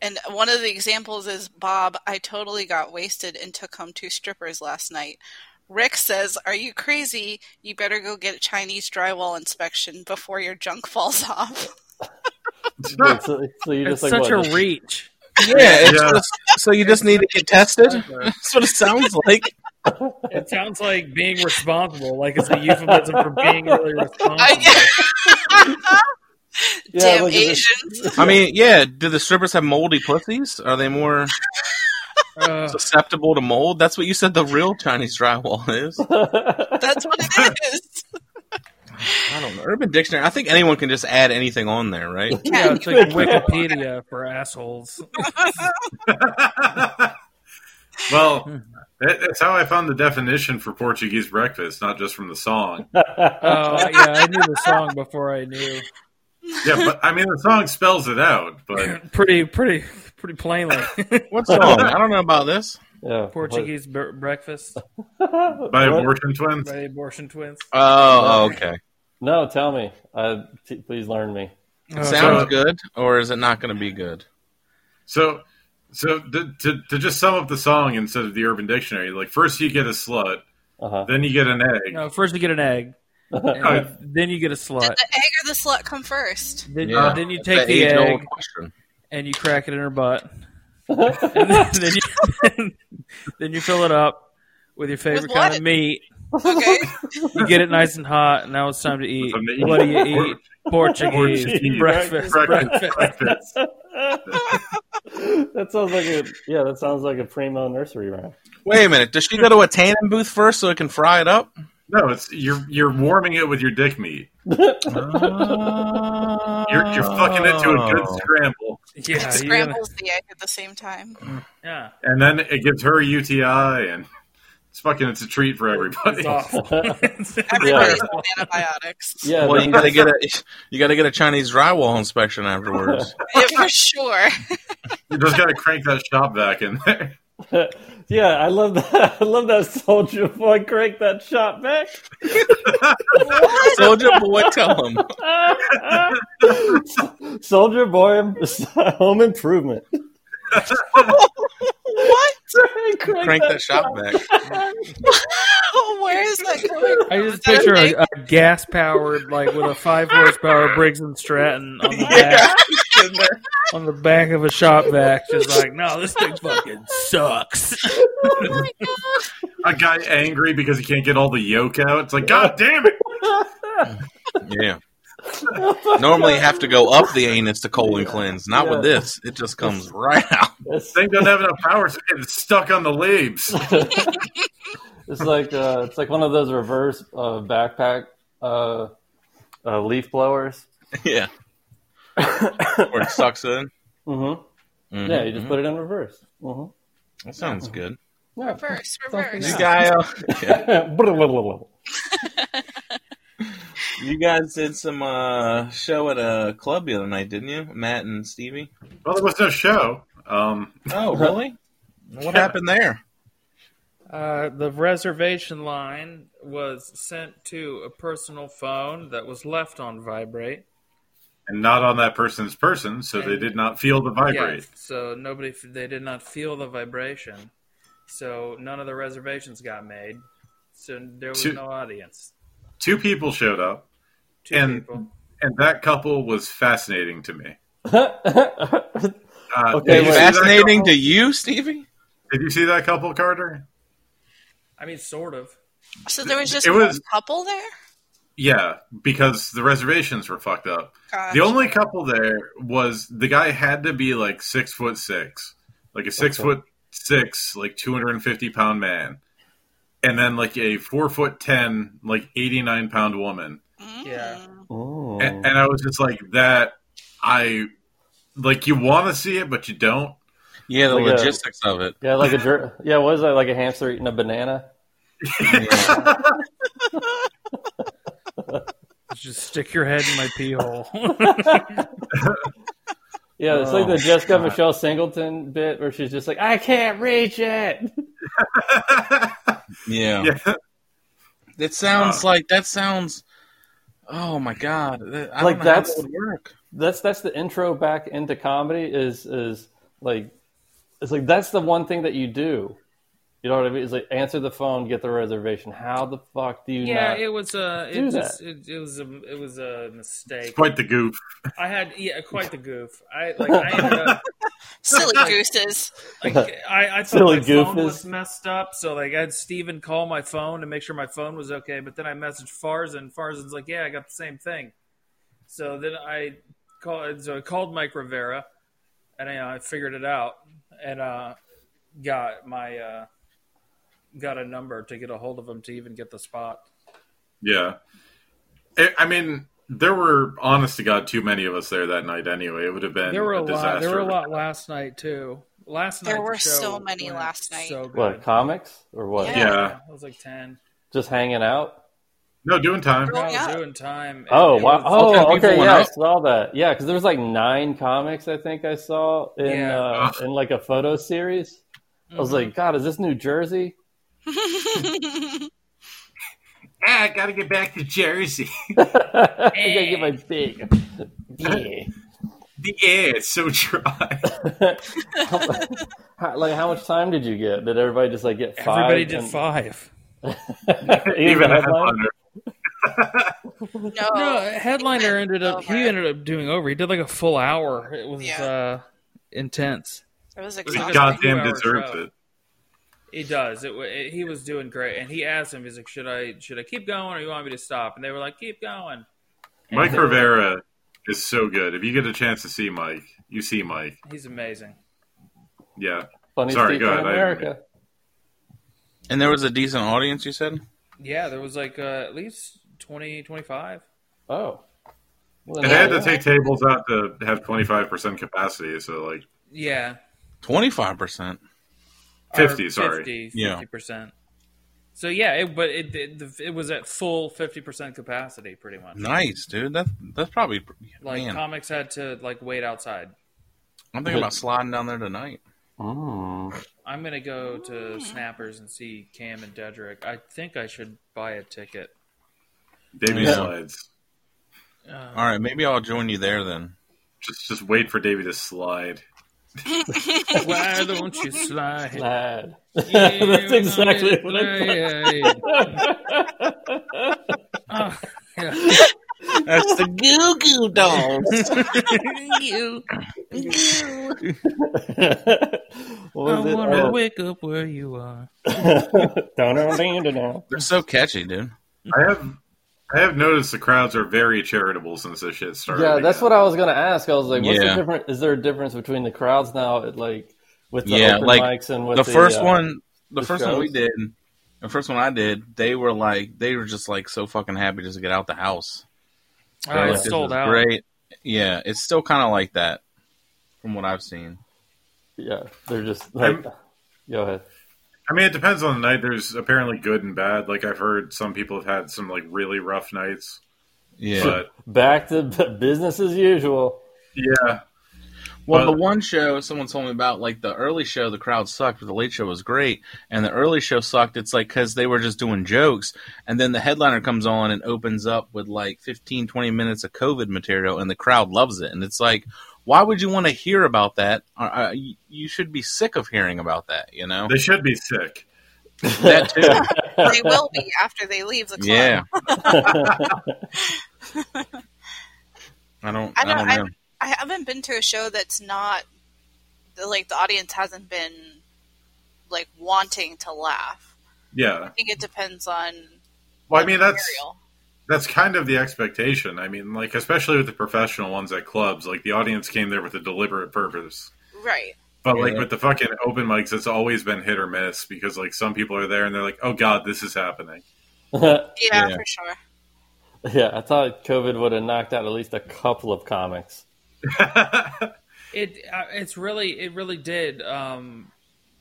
[SPEAKER 6] And one of the examples is Bob, I totally got wasted and took home two strippers last night. Rick says, Are you crazy? You better go get a Chinese drywall inspection before your junk falls off.
[SPEAKER 5] Wait, so, so you
[SPEAKER 4] It's
[SPEAKER 5] just like
[SPEAKER 4] such
[SPEAKER 5] what,
[SPEAKER 4] a
[SPEAKER 5] just-
[SPEAKER 4] reach.
[SPEAKER 3] Yeah, it's
[SPEAKER 2] Yeah.
[SPEAKER 3] just- so you just need to get tested. That's what it sounds like.
[SPEAKER 4] It sounds like being responsible, like it's a euphemism for being really responsible.
[SPEAKER 5] Yeah,
[SPEAKER 6] Damn
[SPEAKER 5] look at this.
[SPEAKER 6] Asians.
[SPEAKER 3] I mean, yeah. Do the strippers have moldy pussies? Are they more
[SPEAKER 4] Uh,
[SPEAKER 3] susceptible to mold? That's what you said the real Chinese drywall is.
[SPEAKER 6] That's what it is.
[SPEAKER 3] I don't know. Urban Dictionary. I think anyone can just add anything on there, right?
[SPEAKER 4] yeah, it's like Wikipedia for assholes.
[SPEAKER 2] well, that, that's how I found the definition for Portuguese breakfast, not just from the song.
[SPEAKER 4] Oh yeah, I knew the song before I knew.
[SPEAKER 2] Yeah, but I mean the song spells it out, but
[SPEAKER 4] Pretty, pretty, pretty plainly.
[SPEAKER 3] What's wrong? I don't know about this.
[SPEAKER 5] Yeah.
[SPEAKER 4] Portuguese b- breakfast
[SPEAKER 2] by
[SPEAKER 5] What?
[SPEAKER 2] abortion twins.
[SPEAKER 4] by the abortion twins.
[SPEAKER 3] Oh, okay.
[SPEAKER 5] No, tell me. Uh, t- please learn me.
[SPEAKER 4] Oh,
[SPEAKER 3] Sounds
[SPEAKER 2] so-
[SPEAKER 3] good, or is it not going to be good?
[SPEAKER 2] So, so to, to to just sum up the song instead of the Urban Dictionary, like first you get a slut,
[SPEAKER 5] Uh-huh.
[SPEAKER 2] then you get an egg.
[SPEAKER 4] No, first you get an egg, and then you get a
[SPEAKER 6] Did
[SPEAKER 4] slut.
[SPEAKER 6] the egg or the slut come first?
[SPEAKER 4] Then,
[SPEAKER 3] Yeah.
[SPEAKER 4] then uh, you
[SPEAKER 3] It's
[SPEAKER 4] take
[SPEAKER 3] that
[SPEAKER 4] the
[SPEAKER 3] age-old
[SPEAKER 4] egg
[SPEAKER 3] question.
[SPEAKER 4] and you crack it in her butt, and then, then you then you fill it up with your favorite
[SPEAKER 6] With
[SPEAKER 4] kind
[SPEAKER 6] what?
[SPEAKER 4] of meat.
[SPEAKER 6] Okay.
[SPEAKER 4] You get it nice and hot, and now it's time to eat.
[SPEAKER 2] Something to
[SPEAKER 4] What do
[SPEAKER 2] eat.
[SPEAKER 4] you eat? Portuguese,
[SPEAKER 5] Portuguese
[SPEAKER 4] breakfast.
[SPEAKER 2] Breakfast,
[SPEAKER 4] breakfast.
[SPEAKER 2] breakfast.
[SPEAKER 5] that sounds like a yeah. That sounds like a primo nursery rhyme.
[SPEAKER 3] Wait a minute. Does she go to a tanning booth first so it can fry it up?
[SPEAKER 2] No, it's you're you're warming it with your dick meat. You're you're fucking it to a
[SPEAKER 4] Oh.
[SPEAKER 2] good scramble,
[SPEAKER 4] Yeah,
[SPEAKER 6] it
[SPEAKER 4] you're gonna-
[SPEAKER 6] scrambles the egg at the same time.
[SPEAKER 4] yeah.
[SPEAKER 2] and then it gives her a UTI, and it's fucking it's a treat for everybody.
[SPEAKER 4] It's awful.
[SPEAKER 6] Everybody's on antibiotics.
[SPEAKER 5] Yeah,
[SPEAKER 3] Well,
[SPEAKER 5] but
[SPEAKER 3] you
[SPEAKER 5] you
[SPEAKER 3] gotta get a you gotta get a Chinese drywall inspection afterwards.
[SPEAKER 6] Yeah, for sure.
[SPEAKER 2] You just gotta crank that shop back in there.
[SPEAKER 5] yeah, I love that. I love that soldier boy. Crank that shot back.
[SPEAKER 3] Soldier boy, tell him.
[SPEAKER 5] soldier boy, home improvement.
[SPEAKER 6] What?
[SPEAKER 5] crank,
[SPEAKER 3] Crank that shop back.
[SPEAKER 6] Where is that coming from?
[SPEAKER 4] I
[SPEAKER 6] Is
[SPEAKER 4] just
[SPEAKER 6] that a
[SPEAKER 4] picture uh,
[SPEAKER 6] thing?
[SPEAKER 4] a, a gas powered, like with a five horsepower Briggs and Stratton on the back, on the back of a shop vac, just like, no, this thing fucking sucks.
[SPEAKER 6] Oh my god.
[SPEAKER 2] A guy angry because he can't get all the yolk out. It's like, God damn it!
[SPEAKER 3] Yeah. Normally you have to go up the anus to colon cleanse. Not with this. It just comes right out.
[SPEAKER 5] It's,
[SPEAKER 2] Thing doesn't have enough power, so it's stuck on the leaves.
[SPEAKER 5] it's like uh, it's like one of those reverse uh, backpack uh, uh, leaf blowers.
[SPEAKER 3] Yeah. Where it sucks in.
[SPEAKER 5] hmm
[SPEAKER 3] Mhm.
[SPEAKER 5] Yeah, you just put it in reverse. hmm
[SPEAKER 3] That sounds good.
[SPEAKER 5] Yeah.
[SPEAKER 6] Reverse,
[SPEAKER 5] Something
[SPEAKER 3] You
[SPEAKER 6] reverse.
[SPEAKER 5] Yeah.
[SPEAKER 3] guy, uh, yeah.
[SPEAKER 5] yeah,
[SPEAKER 3] you guys did some uh, show at a club the other night, didn't you, Matt and Stevie?
[SPEAKER 2] Well, there was no show. Um,
[SPEAKER 3] Oh, really? What happened there?
[SPEAKER 4] Uh, the reservation line was sent to a personal phone that was left on vibrate.
[SPEAKER 2] and not on that person's person, so they did not feel the vibrate.
[SPEAKER 4] Yes, so nobody, they did not feel the vibration. So none of the reservations got made. So there was
[SPEAKER 2] Two-
[SPEAKER 4] no audience.
[SPEAKER 2] Two people showed up,
[SPEAKER 4] Two
[SPEAKER 2] And-
[SPEAKER 4] people.
[SPEAKER 2] and that couple was fascinating to me. Uh,
[SPEAKER 5] Okay,
[SPEAKER 2] did you
[SPEAKER 5] wait.
[SPEAKER 2] see that
[SPEAKER 3] Fascinating
[SPEAKER 2] couple?
[SPEAKER 3] to you, Stevie?
[SPEAKER 2] Did you see that couple, Carter?
[SPEAKER 4] I mean, sort of.
[SPEAKER 6] So there was just
[SPEAKER 2] It
[SPEAKER 6] one
[SPEAKER 2] was-
[SPEAKER 6] couple there?
[SPEAKER 2] Yeah, because the reservations were fucked up.
[SPEAKER 6] Gosh.
[SPEAKER 2] The only couple there was the guy had to be like six foot six, like a six foot six, like two hundred and fifty pound man, and then like a four foot ten, like eighty nine pound woman.
[SPEAKER 6] Mm.
[SPEAKER 4] Yeah.
[SPEAKER 5] Oh.
[SPEAKER 2] A- And, I was just like that. I like you want to see it, but you don't.
[SPEAKER 3] Yeah, the
[SPEAKER 5] Like a-
[SPEAKER 3] logistics of it.
[SPEAKER 5] yeah, like a jer- yeah. What is that? Like a hamster eating a banana?
[SPEAKER 4] Just stick your head in my pee hole.
[SPEAKER 5] Yeah, it's like
[SPEAKER 3] Oh,
[SPEAKER 5] the Jessica
[SPEAKER 3] God.
[SPEAKER 5] Michelle Singleton bit where she's just like, I can't reach it.
[SPEAKER 3] Yeah.
[SPEAKER 2] yeah,
[SPEAKER 3] It
[SPEAKER 5] Uh,
[SPEAKER 3] sounds like that sounds. Oh my god! That- I
[SPEAKER 5] Like,
[SPEAKER 3] don't know
[SPEAKER 5] that's-
[SPEAKER 3] how that would work.
[SPEAKER 5] That's that's the intro back into comedy. Is is like it's like that's the one thing that you do You know what I mean? It's like answer the phone, get the reservation. How the fuck do you
[SPEAKER 4] yeah,
[SPEAKER 5] not?
[SPEAKER 4] it was a
[SPEAKER 5] do
[SPEAKER 4] it, just, it, it was a it was a mistake.
[SPEAKER 2] Quite the goof.
[SPEAKER 4] I had yeah, quite the goof. I like I ended up
[SPEAKER 6] Silly gooses.
[SPEAKER 4] Like, I, I thought
[SPEAKER 5] Silly
[SPEAKER 4] my phone
[SPEAKER 5] goofus.
[SPEAKER 4] was messed up, so like I had Steven call my phone to make sure my phone was okay. But then I messaged Farzan. Farzan's like, "Yeah, I got the same thing." So then I called. So I called Mike Rivera, and I, I figured it out, and uh, got my uh, got a number to get a hold of him to even get the spot.
[SPEAKER 2] Yeah. I- I mean, there were, honest to God, too many of us there that night anyway. It would have been
[SPEAKER 4] There were a,
[SPEAKER 2] disaster.
[SPEAKER 4] lot. There were a lot last night too. Last night
[SPEAKER 6] There
[SPEAKER 4] the
[SPEAKER 6] were
[SPEAKER 4] show
[SPEAKER 6] so many
[SPEAKER 4] went
[SPEAKER 6] last night.
[SPEAKER 4] So good.
[SPEAKER 5] what comics or what?
[SPEAKER 6] Yeah.
[SPEAKER 2] Yeah.
[SPEAKER 4] it was like ten.
[SPEAKER 5] Just hanging out.
[SPEAKER 2] No, doing time.
[SPEAKER 6] Growing
[SPEAKER 4] Now
[SPEAKER 6] up.
[SPEAKER 4] doing time.
[SPEAKER 5] Oh
[SPEAKER 4] It
[SPEAKER 5] wow!
[SPEAKER 4] was-
[SPEAKER 5] Oh
[SPEAKER 3] Okay,
[SPEAKER 5] okay,
[SPEAKER 3] people
[SPEAKER 5] yeah, I
[SPEAKER 3] went
[SPEAKER 5] saw that. Yeah, because there was like nine comics I think I saw in
[SPEAKER 4] Yeah.
[SPEAKER 5] uh, in like a photo series. I was like, God, is this New Jersey?
[SPEAKER 2] Ah, gotta get back to Jersey.
[SPEAKER 5] I gotta get my big. Yeah.
[SPEAKER 2] The air is so dry.
[SPEAKER 5] How- like, how much time did you get? Did everybody just like get five?
[SPEAKER 4] Everybody did
[SPEAKER 5] and-
[SPEAKER 4] five.
[SPEAKER 5] Even the headline?
[SPEAKER 2] headliner.
[SPEAKER 6] No.
[SPEAKER 4] No, headliner ended up. He
[SPEAKER 6] Oh, Over.
[SPEAKER 4] ended up doing over. He did like a full hour. It was
[SPEAKER 6] Yeah.
[SPEAKER 4] uh, intense.
[SPEAKER 6] It was
[SPEAKER 2] He
[SPEAKER 6] exhausting.
[SPEAKER 2] goddamn
[SPEAKER 4] Two-hour
[SPEAKER 2] deserves
[SPEAKER 4] show.
[SPEAKER 2] it.
[SPEAKER 4] He does. It, wa- it. He was doing great, and he asked him. He's like, "Should I? Should I keep going, or you want me to stop?" And they were like, "Keep going." And
[SPEAKER 2] Mike
[SPEAKER 4] he-
[SPEAKER 2] Rivera is so good. If you get a chance to see Mike, you see Mike.
[SPEAKER 4] He's amazing.
[SPEAKER 2] Yeah.
[SPEAKER 5] Funniest
[SPEAKER 2] Sorry,
[SPEAKER 5] people
[SPEAKER 2] go
[SPEAKER 5] in
[SPEAKER 2] ahead, I-
[SPEAKER 5] America.
[SPEAKER 3] And there was a decent audience, you said?
[SPEAKER 4] Yeah, there was like uh, at least 20, 25.
[SPEAKER 5] Oh. Well,
[SPEAKER 2] They
[SPEAKER 5] yeah,
[SPEAKER 2] had to
[SPEAKER 5] yeah.
[SPEAKER 2] take tables out to have 25% capacity, so like
[SPEAKER 4] Yeah,
[SPEAKER 3] 25%.
[SPEAKER 4] Or
[SPEAKER 2] 50, sorry.
[SPEAKER 4] 50,
[SPEAKER 3] Yeah.
[SPEAKER 4] percent. So yeah, it, but it, it the- it was at full fifty percent capacity, pretty much.
[SPEAKER 3] Nice, dude. That, that's probably.
[SPEAKER 4] Like
[SPEAKER 3] man,
[SPEAKER 4] comics had to like wait outside.
[SPEAKER 3] I'm thinking about sliding down there tonight.
[SPEAKER 5] Mm.
[SPEAKER 4] I'm gonna go to Snappers and see Cam and Dedrick. I think I should buy a ticket.
[SPEAKER 2] Davey
[SPEAKER 3] Yeah.
[SPEAKER 2] slides.
[SPEAKER 4] Uh,
[SPEAKER 3] All right, maybe I'll join you there then.
[SPEAKER 2] Just just wait for Davey to slide.
[SPEAKER 4] Why don't you slide?
[SPEAKER 5] Lad.
[SPEAKER 4] Yeah,
[SPEAKER 5] That's exactly
[SPEAKER 4] slide.
[SPEAKER 5] what I
[SPEAKER 4] Yeah. Oh, yeah.
[SPEAKER 3] That's the goo goo dogs.
[SPEAKER 6] you.
[SPEAKER 5] thought.
[SPEAKER 4] I
[SPEAKER 5] what was it?
[SPEAKER 4] wanna
[SPEAKER 5] Oh.
[SPEAKER 4] wake up where you are.
[SPEAKER 5] Don't know now.
[SPEAKER 3] They're so catchy, dude.
[SPEAKER 2] I have I have noticed the crowds are very charitable since this shit started.
[SPEAKER 5] Yeah, that's
[SPEAKER 2] again.
[SPEAKER 5] what I was gonna ask. I was like, what's
[SPEAKER 3] Yeah.
[SPEAKER 5] the difference? Is there a difference between the crowds now, at, like with the
[SPEAKER 3] Yeah,
[SPEAKER 5] open
[SPEAKER 3] like,
[SPEAKER 5] mics and with
[SPEAKER 3] the,
[SPEAKER 5] the,
[SPEAKER 3] first
[SPEAKER 5] uh,
[SPEAKER 3] one, the,
[SPEAKER 5] the
[SPEAKER 3] first one we
[SPEAKER 5] shows?
[SPEAKER 3] did, the first one I did, they were like, they were just like so fucking happy just to get out the house.
[SPEAKER 4] Oh,
[SPEAKER 3] They were
[SPEAKER 4] it's
[SPEAKER 3] like, this
[SPEAKER 4] sold
[SPEAKER 3] is
[SPEAKER 4] out.
[SPEAKER 3] Great. Yeah, it's still kind of like that from what I've seen.
[SPEAKER 5] Yeah, they're just like. Go ahead.
[SPEAKER 2] I mean, it depends on the night. There's apparently good and bad. Like I've heard some people have had some like really rough nights.
[SPEAKER 3] Yeah.
[SPEAKER 2] But
[SPEAKER 5] Back to b- business as usual.
[SPEAKER 2] yeah,
[SPEAKER 3] Well,
[SPEAKER 2] But-
[SPEAKER 3] the one show someone told me about, like the early show, the crowd sucked, but the late show was great. And the early show sucked. It's like because they were just doing jokes. And then the headliner comes on and opens up with like 15, 20 minutes of COVID material, and the crowd loves it. And it's like, why would you want to hear about that? Uh, uh, y- you should be sick of hearing about that, you know?
[SPEAKER 2] they should be sick.
[SPEAKER 3] that too.
[SPEAKER 6] They will be after they leave the club.
[SPEAKER 3] Yeah. I don't, I
[SPEAKER 6] I
[SPEAKER 3] don't,
[SPEAKER 6] don't-
[SPEAKER 3] know.
[SPEAKER 6] I haven't been to a show that's not like the audience hasn't been like wanting to laugh.
[SPEAKER 2] Yeah.
[SPEAKER 6] I think it depends on
[SPEAKER 2] Well, I mean, that's
[SPEAKER 6] material.
[SPEAKER 2] that's kind of the expectation. I mean, like especially with the professional ones at clubs, like the audience came there with a deliberate purpose.
[SPEAKER 6] right.
[SPEAKER 2] But like
[SPEAKER 3] Yeah.
[SPEAKER 2] with the fucking open mics, it's always been hit or miss because like some people are there and they're like, "Oh God, this is happening."
[SPEAKER 5] yeah,
[SPEAKER 6] Yeah,
[SPEAKER 3] Yeah.
[SPEAKER 6] for sure.
[SPEAKER 5] I thought COVID would have knocked out at least a couple of comics.
[SPEAKER 4] It uh, it's really it really did um,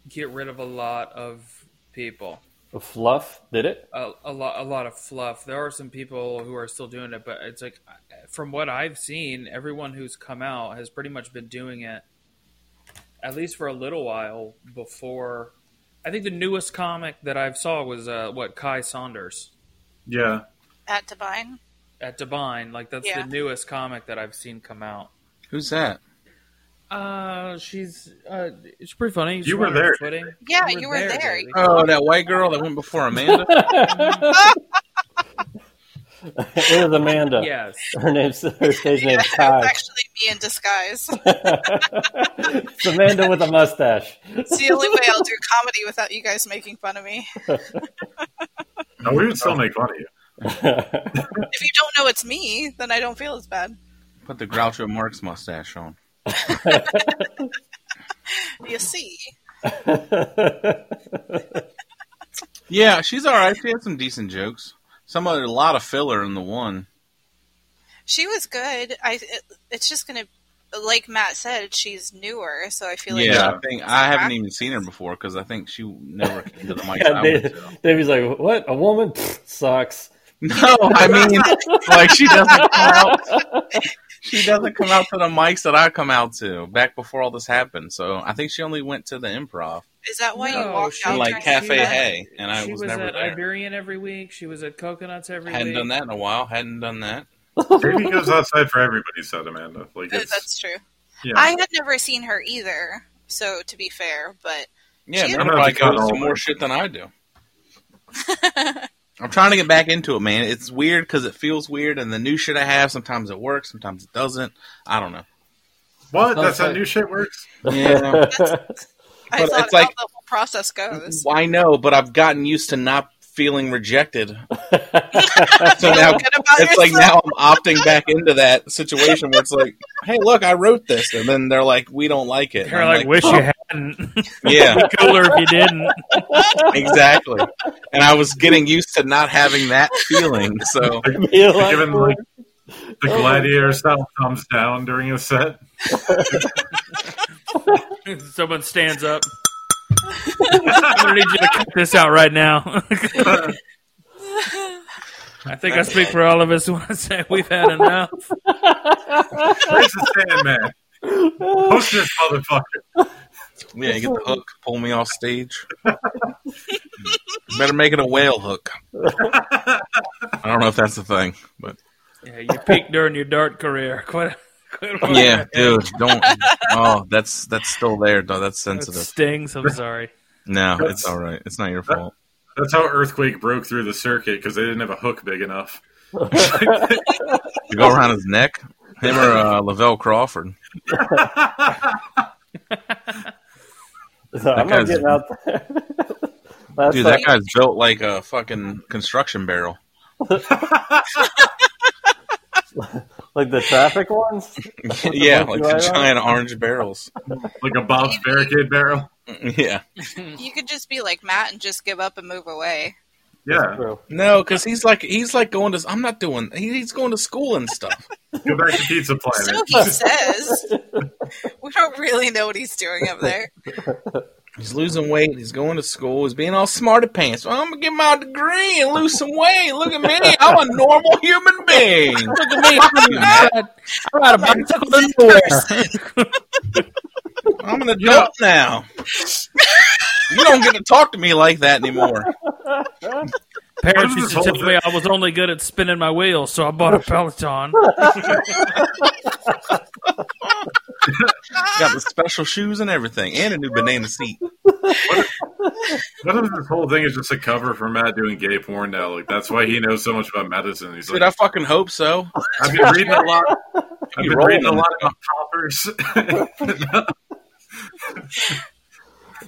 [SPEAKER 4] get rid of a lot of people.
[SPEAKER 5] Fluff did it.
[SPEAKER 4] a, a lot a lot of fluff. There are some people who are still doing it, but it's like from what I've seen, everyone who's come out has pretty much been doing it at least for a little while before. I think the newest comic that I've saw was uh, what Kai Saunders
[SPEAKER 2] yeah,
[SPEAKER 6] At Divine.
[SPEAKER 4] at Divine. Like that's
[SPEAKER 6] Yeah.
[SPEAKER 4] the newest comic that I've seen come out.
[SPEAKER 3] Who's that?
[SPEAKER 4] Uh, she's uh, it's pretty funny.
[SPEAKER 2] You were there.
[SPEAKER 4] Footing.
[SPEAKER 6] Yeah, you were there.
[SPEAKER 4] baby.
[SPEAKER 3] Oh, that white girl that went before Amanda.
[SPEAKER 5] it was
[SPEAKER 3] Uh,
[SPEAKER 5] Amanda.
[SPEAKER 4] Yes.
[SPEAKER 5] Her name's her stage name's
[SPEAKER 6] It was
[SPEAKER 5] Kai.
[SPEAKER 6] actually me in disguise.
[SPEAKER 5] it's Amanda with a mustache.
[SPEAKER 6] It's the only way I'll do comedy without you guys making fun of me.
[SPEAKER 2] No, we would still make fun of you.
[SPEAKER 6] If you don't know it's me, then I don't feel as bad.
[SPEAKER 3] Put the Groucho Marx mustache on.
[SPEAKER 6] You see,
[SPEAKER 3] Yeah, she's all right. She had some decent jokes. Some other, a lot of filler in the one.
[SPEAKER 6] she was good. I. It, it's just gonna, like Matt said, she's newer, so I feel like
[SPEAKER 3] Yeah,
[SPEAKER 2] Yeah.
[SPEAKER 3] I think I haven't even seen her before because I think she never came to the mics.
[SPEAKER 5] Yeah,
[SPEAKER 3] I went
[SPEAKER 5] Dave,
[SPEAKER 3] to.
[SPEAKER 5] Davey's like, what? A woman Pfft, sucks.
[SPEAKER 3] No, I mean, like she doesn't come out. She doesn't come out to the mics that I come out to back before all this happened. So I think she only went to the improv,
[SPEAKER 6] is that why you
[SPEAKER 4] No,
[SPEAKER 6] walked
[SPEAKER 4] she-
[SPEAKER 6] out?
[SPEAKER 3] like
[SPEAKER 6] during
[SPEAKER 3] Cafe
[SPEAKER 6] the-
[SPEAKER 3] Hay, and I
[SPEAKER 4] she
[SPEAKER 3] was,
[SPEAKER 4] was,
[SPEAKER 3] never
[SPEAKER 4] at
[SPEAKER 3] there.
[SPEAKER 4] Iberian every week. She was at Coconuts every
[SPEAKER 3] Hadn't
[SPEAKER 4] week.
[SPEAKER 3] done that in a while. Hadn't done that.
[SPEAKER 2] Baby goes outside for everybody, said Amanda. Like
[SPEAKER 6] Uh,
[SPEAKER 2] it's,
[SPEAKER 6] That's true.
[SPEAKER 2] yeah.
[SPEAKER 6] I had never seen her either, so to be fair, but
[SPEAKER 3] Yeah, man,
[SPEAKER 6] She had-
[SPEAKER 3] everybody
[SPEAKER 2] I'm not
[SPEAKER 3] goes to
[SPEAKER 2] all
[SPEAKER 3] more
[SPEAKER 2] there.
[SPEAKER 3] shit than I do. I'm trying to get back into it, man. It's weird because it feels weird, and the new shit I have sometimes it works, sometimes it doesn't. I don't know.
[SPEAKER 2] what? That's how
[SPEAKER 3] outside.
[SPEAKER 2] new shit works.
[SPEAKER 3] Yeah,
[SPEAKER 6] I
[SPEAKER 3] But
[SPEAKER 6] thought
[SPEAKER 3] it's like-
[SPEAKER 6] how the whole process goes.
[SPEAKER 3] I know, but I've gotten used to not feeling rejected. so
[SPEAKER 6] Feel
[SPEAKER 3] now
[SPEAKER 6] good about
[SPEAKER 3] it's like
[SPEAKER 6] yourself.
[SPEAKER 3] now I'm opting back into that situation where it's like, hey, look, I wrote this, and then they're like, we don't like it. And
[SPEAKER 4] They're
[SPEAKER 3] I'm
[SPEAKER 4] like, wish you hadn't.
[SPEAKER 3] yeah,
[SPEAKER 4] Cooler if you didn't.
[SPEAKER 3] exactly. And I was getting used to not having that feeling, so.
[SPEAKER 5] You're like,
[SPEAKER 2] Given like the
[SPEAKER 6] Oh.
[SPEAKER 2] gladiator style thumbs down during a set.
[SPEAKER 4] Someone stands up. I'm gonna need you to cut this out right now. I think I speak for all of us when I say we've had enough.
[SPEAKER 2] Where's the Sandman? Post this motherfucker.
[SPEAKER 3] Yeah, you get the hook, pull me off stage. Better make it a whale hook. I don't know if that's the thing, but
[SPEAKER 4] Yeah, you peaked during your dart career. Quite, quite
[SPEAKER 3] yeah, dude, don't. Oh, that's that's still there, though. That's
[SPEAKER 4] That
[SPEAKER 3] sensitive.
[SPEAKER 4] stings. I'm sorry.
[SPEAKER 3] No, it's all right. It's not your fault.
[SPEAKER 2] That's how Earthquake broke through the circuit because they didn't have a hook big enough.
[SPEAKER 3] You go around his neck. Him or uh, Lavelle Crawford.
[SPEAKER 5] I'm not
[SPEAKER 3] guy's-
[SPEAKER 5] getting out there. That's
[SPEAKER 3] Dude,
[SPEAKER 5] like,
[SPEAKER 3] that guy's built like a fucking construction barrel.
[SPEAKER 5] like the traffic ones.
[SPEAKER 3] yeah, like the giant orange barrels.
[SPEAKER 2] Like a Bob's Barricade barrel.
[SPEAKER 3] Yeah.
[SPEAKER 6] You could just be like Matt and just give up and move away.
[SPEAKER 2] Yeah.
[SPEAKER 5] True.
[SPEAKER 3] No, because he's like he's like going to. I'm not doing. He, he's going to school and stuff.
[SPEAKER 2] Go back to Pizza
[SPEAKER 6] So
[SPEAKER 2] Planet.
[SPEAKER 6] he says. we don't really know what he's doing up there.
[SPEAKER 3] He's losing weight. He's going to school. He's being all smarty pants. Well, I'm gonna get my degree and lose some weight. Look at me. I'm a normal human being. Look at me. I'm not- I'm not a bicycle underwear. I'm an adult now. You don't get to talk to me like that anymore.
[SPEAKER 4] Parents
[SPEAKER 2] What is
[SPEAKER 4] used
[SPEAKER 2] this
[SPEAKER 4] to tell
[SPEAKER 2] whole
[SPEAKER 4] me I was only good at spinning my wheels, so I bought a Peloton.
[SPEAKER 3] Got the special shoes and everything, and a new banana seat.
[SPEAKER 2] What if this whole thing is just a cover for Matt doing gay porn now? Like that's why he knows so much about medicine. He's
[SPEAKER 3] Dude,
[SPEAKER 2] like,
[SPEAKER 3] I fucking hope so.
[SPEAKER 2] I've been reading a lot. I've
[SPEAKER 3] You
[SPEAKER 2] been
[SPEAKER 3] roll
[SPEAKER 2] reading a
[SPEAKER 3] them.
[SPEAKER 2] lot about poppers.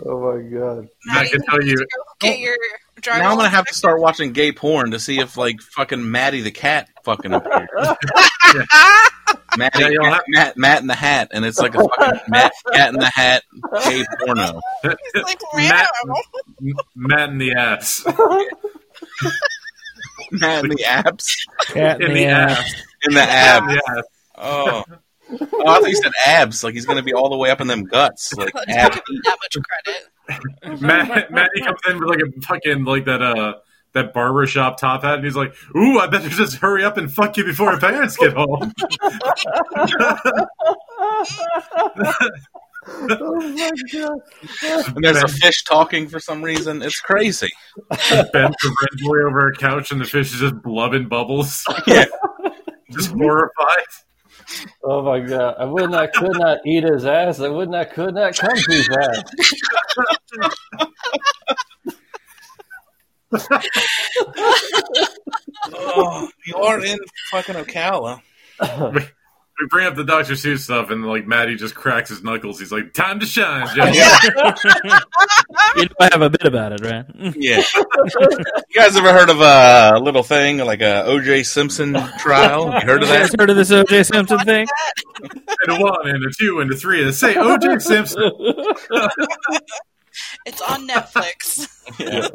[SPEAKER 5] Oh my god.
[SPEAKER 2] Matt can tell you.
[SPEAKER 6] Get your drywall.
[SPEAKER 3] Now I'm gonna have to start watching gay porn to see if like fucking Maddie the cat fucking appears. Maddie,
[SPEAKER 2] Yeah, you'll have-
[SPEAKER 3] Matt, Matt in the hat, and it's like a fucking Matt, cat in the hat gay porno.
[SPEAKER 6] It's like
[SPEAKER 2] Matt,
[SPEAKER 6] random.
[SPEAKER 2] Matt in the ass.
[SPEAKER 3] Matt in the abs,
[SPEAKER 4] Cat
[SPEAKER 2] In the ass.
[SPEAKER 3] in the
[SPEAKER 2] Matt in
[SPEAKER 3] abs.
[SPEAKER 2] the ass.
[SPEAKER 3] Oh. oh, I thought you said abs. Like he's gonna be all the way up in them guts, like
[SPEAKER 6] Don't
[SPEAKER 3] ab.
[SPEAKER 6] give me that much credit.
[SPEAKER 2] Matt, Matty comes in with like a fucking like that uh that barbershop top hat, and he's like, "Ooh, I better just hurry up and fuck you before your parents get home."
[SPEAKER 5] Oh my god.
[SPEAKER 3] And there's a fish talking for some reason. It's crazy.
[SPEAKER 2] Bends the red boy over a couch, and the fish is just blubbing bubbles,
[SPEAKER 3] Yeah.
[SPEAKER 2] just horrified.
[SPEAKER 5] Oh my god! I would not, could not eat his ass. I would not, could not come to his ass.
[SPEAKER 3] Oh, you are in fucking Ocala.
[SPEAKER 2] We bring up the Dr. Seuss stuff, and like Maddie just cracks his knuckles. He's like, "Time to shine, Jack."
[SPEAKER 8] you know I have a bit about it, right?
[SPEAKER 3] Yeah. you guys ever heard of a little thing like a O.J. Simpson trial? You heard of
[SPEAKER 8] You guys
[SPEAKER 3] that?
[SPEAKER 8] heard of this OJ Simpson thing?
[SPEAKER 2] and a one, and a two, and a three, and a say, "OJ Simpson."
[SPEAKER 6] It's on Netflix.
[SPEAKER 3] Yeah.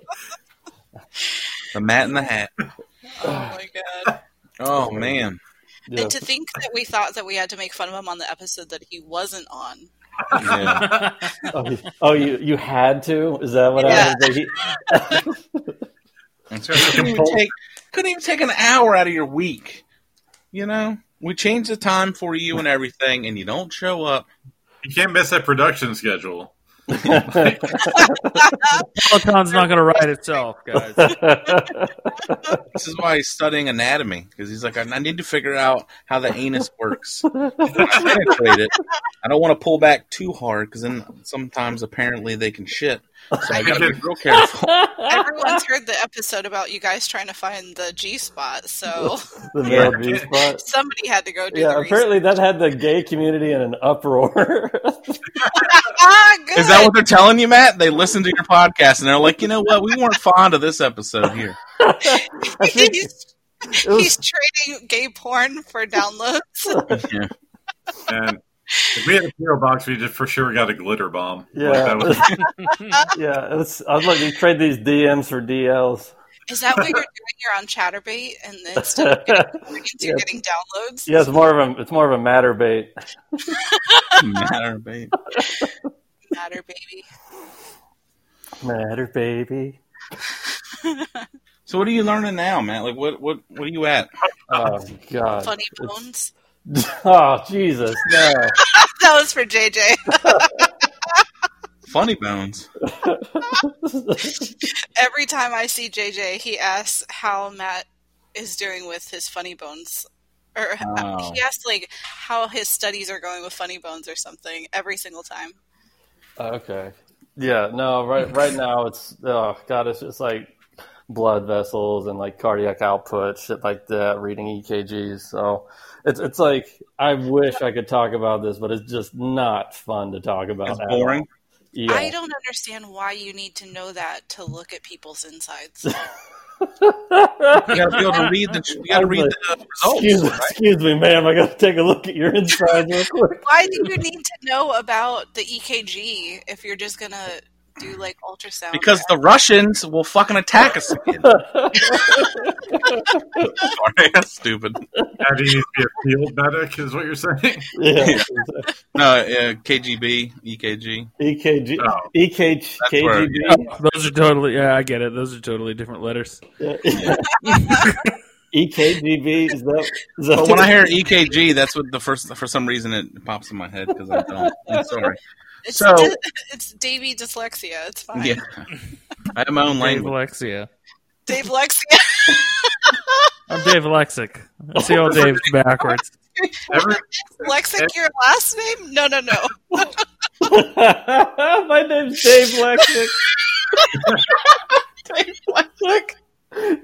[SPEAKER 3] The Mat in the Hat.
[SPEAKER 6] oh my god.
[SPEAKER 3] Oh man.
[SPEAKER 5] Yeah.
[SPEAKER 6] And to think that we thought that we had to make fun of him on the episode that he wasn't on.
[SPEAKER 3] Yeah.
[SPEAKER 5] Oh, you- oh, you you had to? Is that what
[SPEAKER 6] Yeah.
[SPEAKER 5] happened? Like, he-
[SPEAKER 3] couldn't, even take, couldn't even take an hour out of your week. You know, we changed the time for you and everything, and you don't show up.
[SPEAKER 2] You can't miss that production schedule.
[SPEAKER 4] Peloton's not going to ride itself, guys.
[SPEAKER 3] This is why he's studying anatomy because he's like, I, I need to figure out how the anus works. When I penetrate it. I don't want to pull back too hard because then sometimes apparently they can shit. So I gotta be real careful.
[SPEAKER 6] Everyone's heard the episode about you guys trying to find the G spot, so
[SPEAKER 5] the male G spot.
[SPEAKER 6] somebody had to go do
[SPEAKER 5] Yeah,
[SPEAKER 6] the
[SPEAKER 5] apparently that had the gay community in an uproar.
[SPEAKER 6] research. Ah, good.
[SPEAKER 3] Is that what they're telling you, Matt? They listen to your podcast and they're like, you know what? We weren't fond of this episode here.
[SPEAKER 5] I think it
[SPEAKER 6] he's,
[SPEAKER 5] was,
[SPEAKER 6] he's trading gay porn for downloads.
[SPEAKER 3] Yeah.
[SPEAKER 2] And if we had a hero box, we just for sure got a glitter bomb.
[SPEAKER 5] Yeah.
[SPEAKER 2] Like, that was-
[SPEAKER 5] yeah, it was, I was like, you trade these DMs for DLs.
[SPEAKER 6] Is that what you're doing? You're on Chatterbait, and instead of getting porns, you're getting downloads.
[SPEAKER 5] Yeah, it's more of a it's more of a matter bait.
[SPEAKER 3] Matter, babe.
[SPEAKER 6] Matter, baby.
[SPEAKER 5] Matter baby.
[SPEAKER 3] So what are you learning now, Matt? Like what what what are you at?
[SPEAKER 5] Oh God.
[SPEAKER 6] Funny
[SPEAKER 5] It's-
[SPEAKER 6] bones.
[SPEAKER 5] Oh Jesus, no.
[SPEAKER 6] That was for JJ.
[SPEAKER 3] Funny bones.
[SPEAKER 6] Every time I see JJ, he asks how Matt is doing with his funny bones. Or
[SPEAKER 3] Oh.
[SPEAKER 6] he asks like how his studies are going with funny bones or something every single time.
[SPEAKER 5] Okay. Yeah, no, right right now it's oh god, it's just like blood vessels and like cardiac output, shit like that, reading EKGs. So it's it's like I wish I could talk about this, but it's just not fun to talk about.
[SPEAKER 3] It's
[SPEAKER 5] at all.
[SPEAKER 3] boring.
[SPEAKER 5] Yeah.
[SPEAKER 6] I don't understand why you need to know that to look at people's insides.
[SPEAKER 3] You gotta be able to read the you gotta read the
[SPEAKER 5] Excuse,
[SPEAKER 3] results.
[SPEAKER 5] me, Oh, excuse me, ma'am. I gotta take a look at your insides real quick.
[SPEAKER 6] why do you need to know about the EKG if you're just gonna do like ultrasound?
[SPEAKER 3] Because the Russians will fucking attack us again. Sorry, that's stupid.
[SPEAKER 2] Maddie needs to be a field medic, is what you're saying.
[SPEAKER 5] Yeah.
[SPEAKER 3] Oh. No, uh, KGB, EKG.
[SPEAKER 5] EKG,
[SPEAKER 2] Oh.
[SPEAKER 5] EKG,
[SPEAKER 3] That's where-
[SPEAKER 8] Those are totally. Yeah, I get it. Those are totally different letters.
[SPEAKER 5] E EKGB. Is that? Is that
[SPEAKER 3] But when I hear EKG, that's what the first for some reason it pops in my head because I don't. I'm sorry.
[SPEAKER 6] it's,
[SPEAKER 3] so-
[SPEAKER 6] it's Davy dyslexia. It's fine.
[SPEAKER 3] Yeah, I have my own
[SPEAKER 8] Dave
[SPEAKER 3] language.
[SPEAKER 8] Alexia.
[SPEAKER 6] Dave Lexia.
[SPEAKER 8] I'm Dave Alexic. I see all Dave's backwards.
[SPEAKER 2] Every,
[SPEAKER 6] Lexic, your last name? No, no, no.
[SPEAKER 5] My name's Dave Lexic.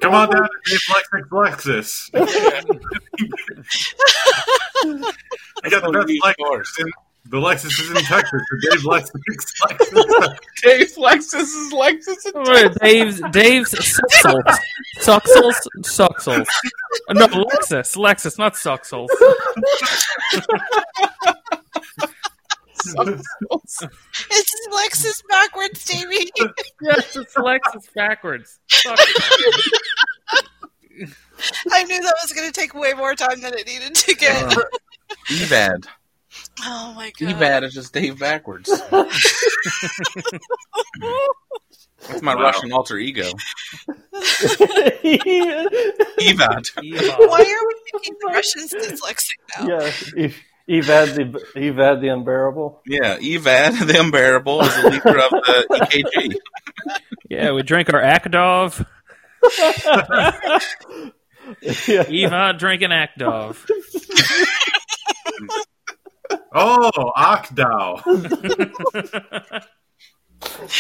[SPEAKER 2] come on down to Dave Lexic Lexus. I got the best Lexus. In, the Lexus is in Texas. The Dave Lexic's Lexus.
[SPEAKER 3] Dave Lexus is Lexus. and-
[SPEAKER 8] Wait, Dave's Dave's Suxels. Suxels? Suxels. No, Lexus. Lexus, not Suxels.
[SPEAKER 6] It's Lexus backwards, Davy.
[SPEAKER 8] Yes, it's Lexus backwards.
[SPEAKER 6] I knew that was going to take way more time than it needed to
[SPEAKER 3] Uh-huh.
[SPEAKER 6] get.
[SPEAKER 3] Evad.
[SPEAKER 6] Oh my god.
[SPEAKER 3] Evad is just Dave backwards. That's my Russian alter ego.
[SPEAKER 5] yeah,
[SPEAKER 3] Evad.
[SPEAKER 6] Why are we making the Russians dyslexic now?
[SPEAKER 5] E- Evad the Evad the unbearable.
[SPEAKER 3] Yeah, Evad, the unbearable, is the leader of the E EKG.
[SPEAKER 8] Yeah, we drank our Akdov.
[SPEAKER 5] Yeah.
[SPEAKER 8] Eva drank an Akdov.
[SPEAKER 2] Oh, Akdao.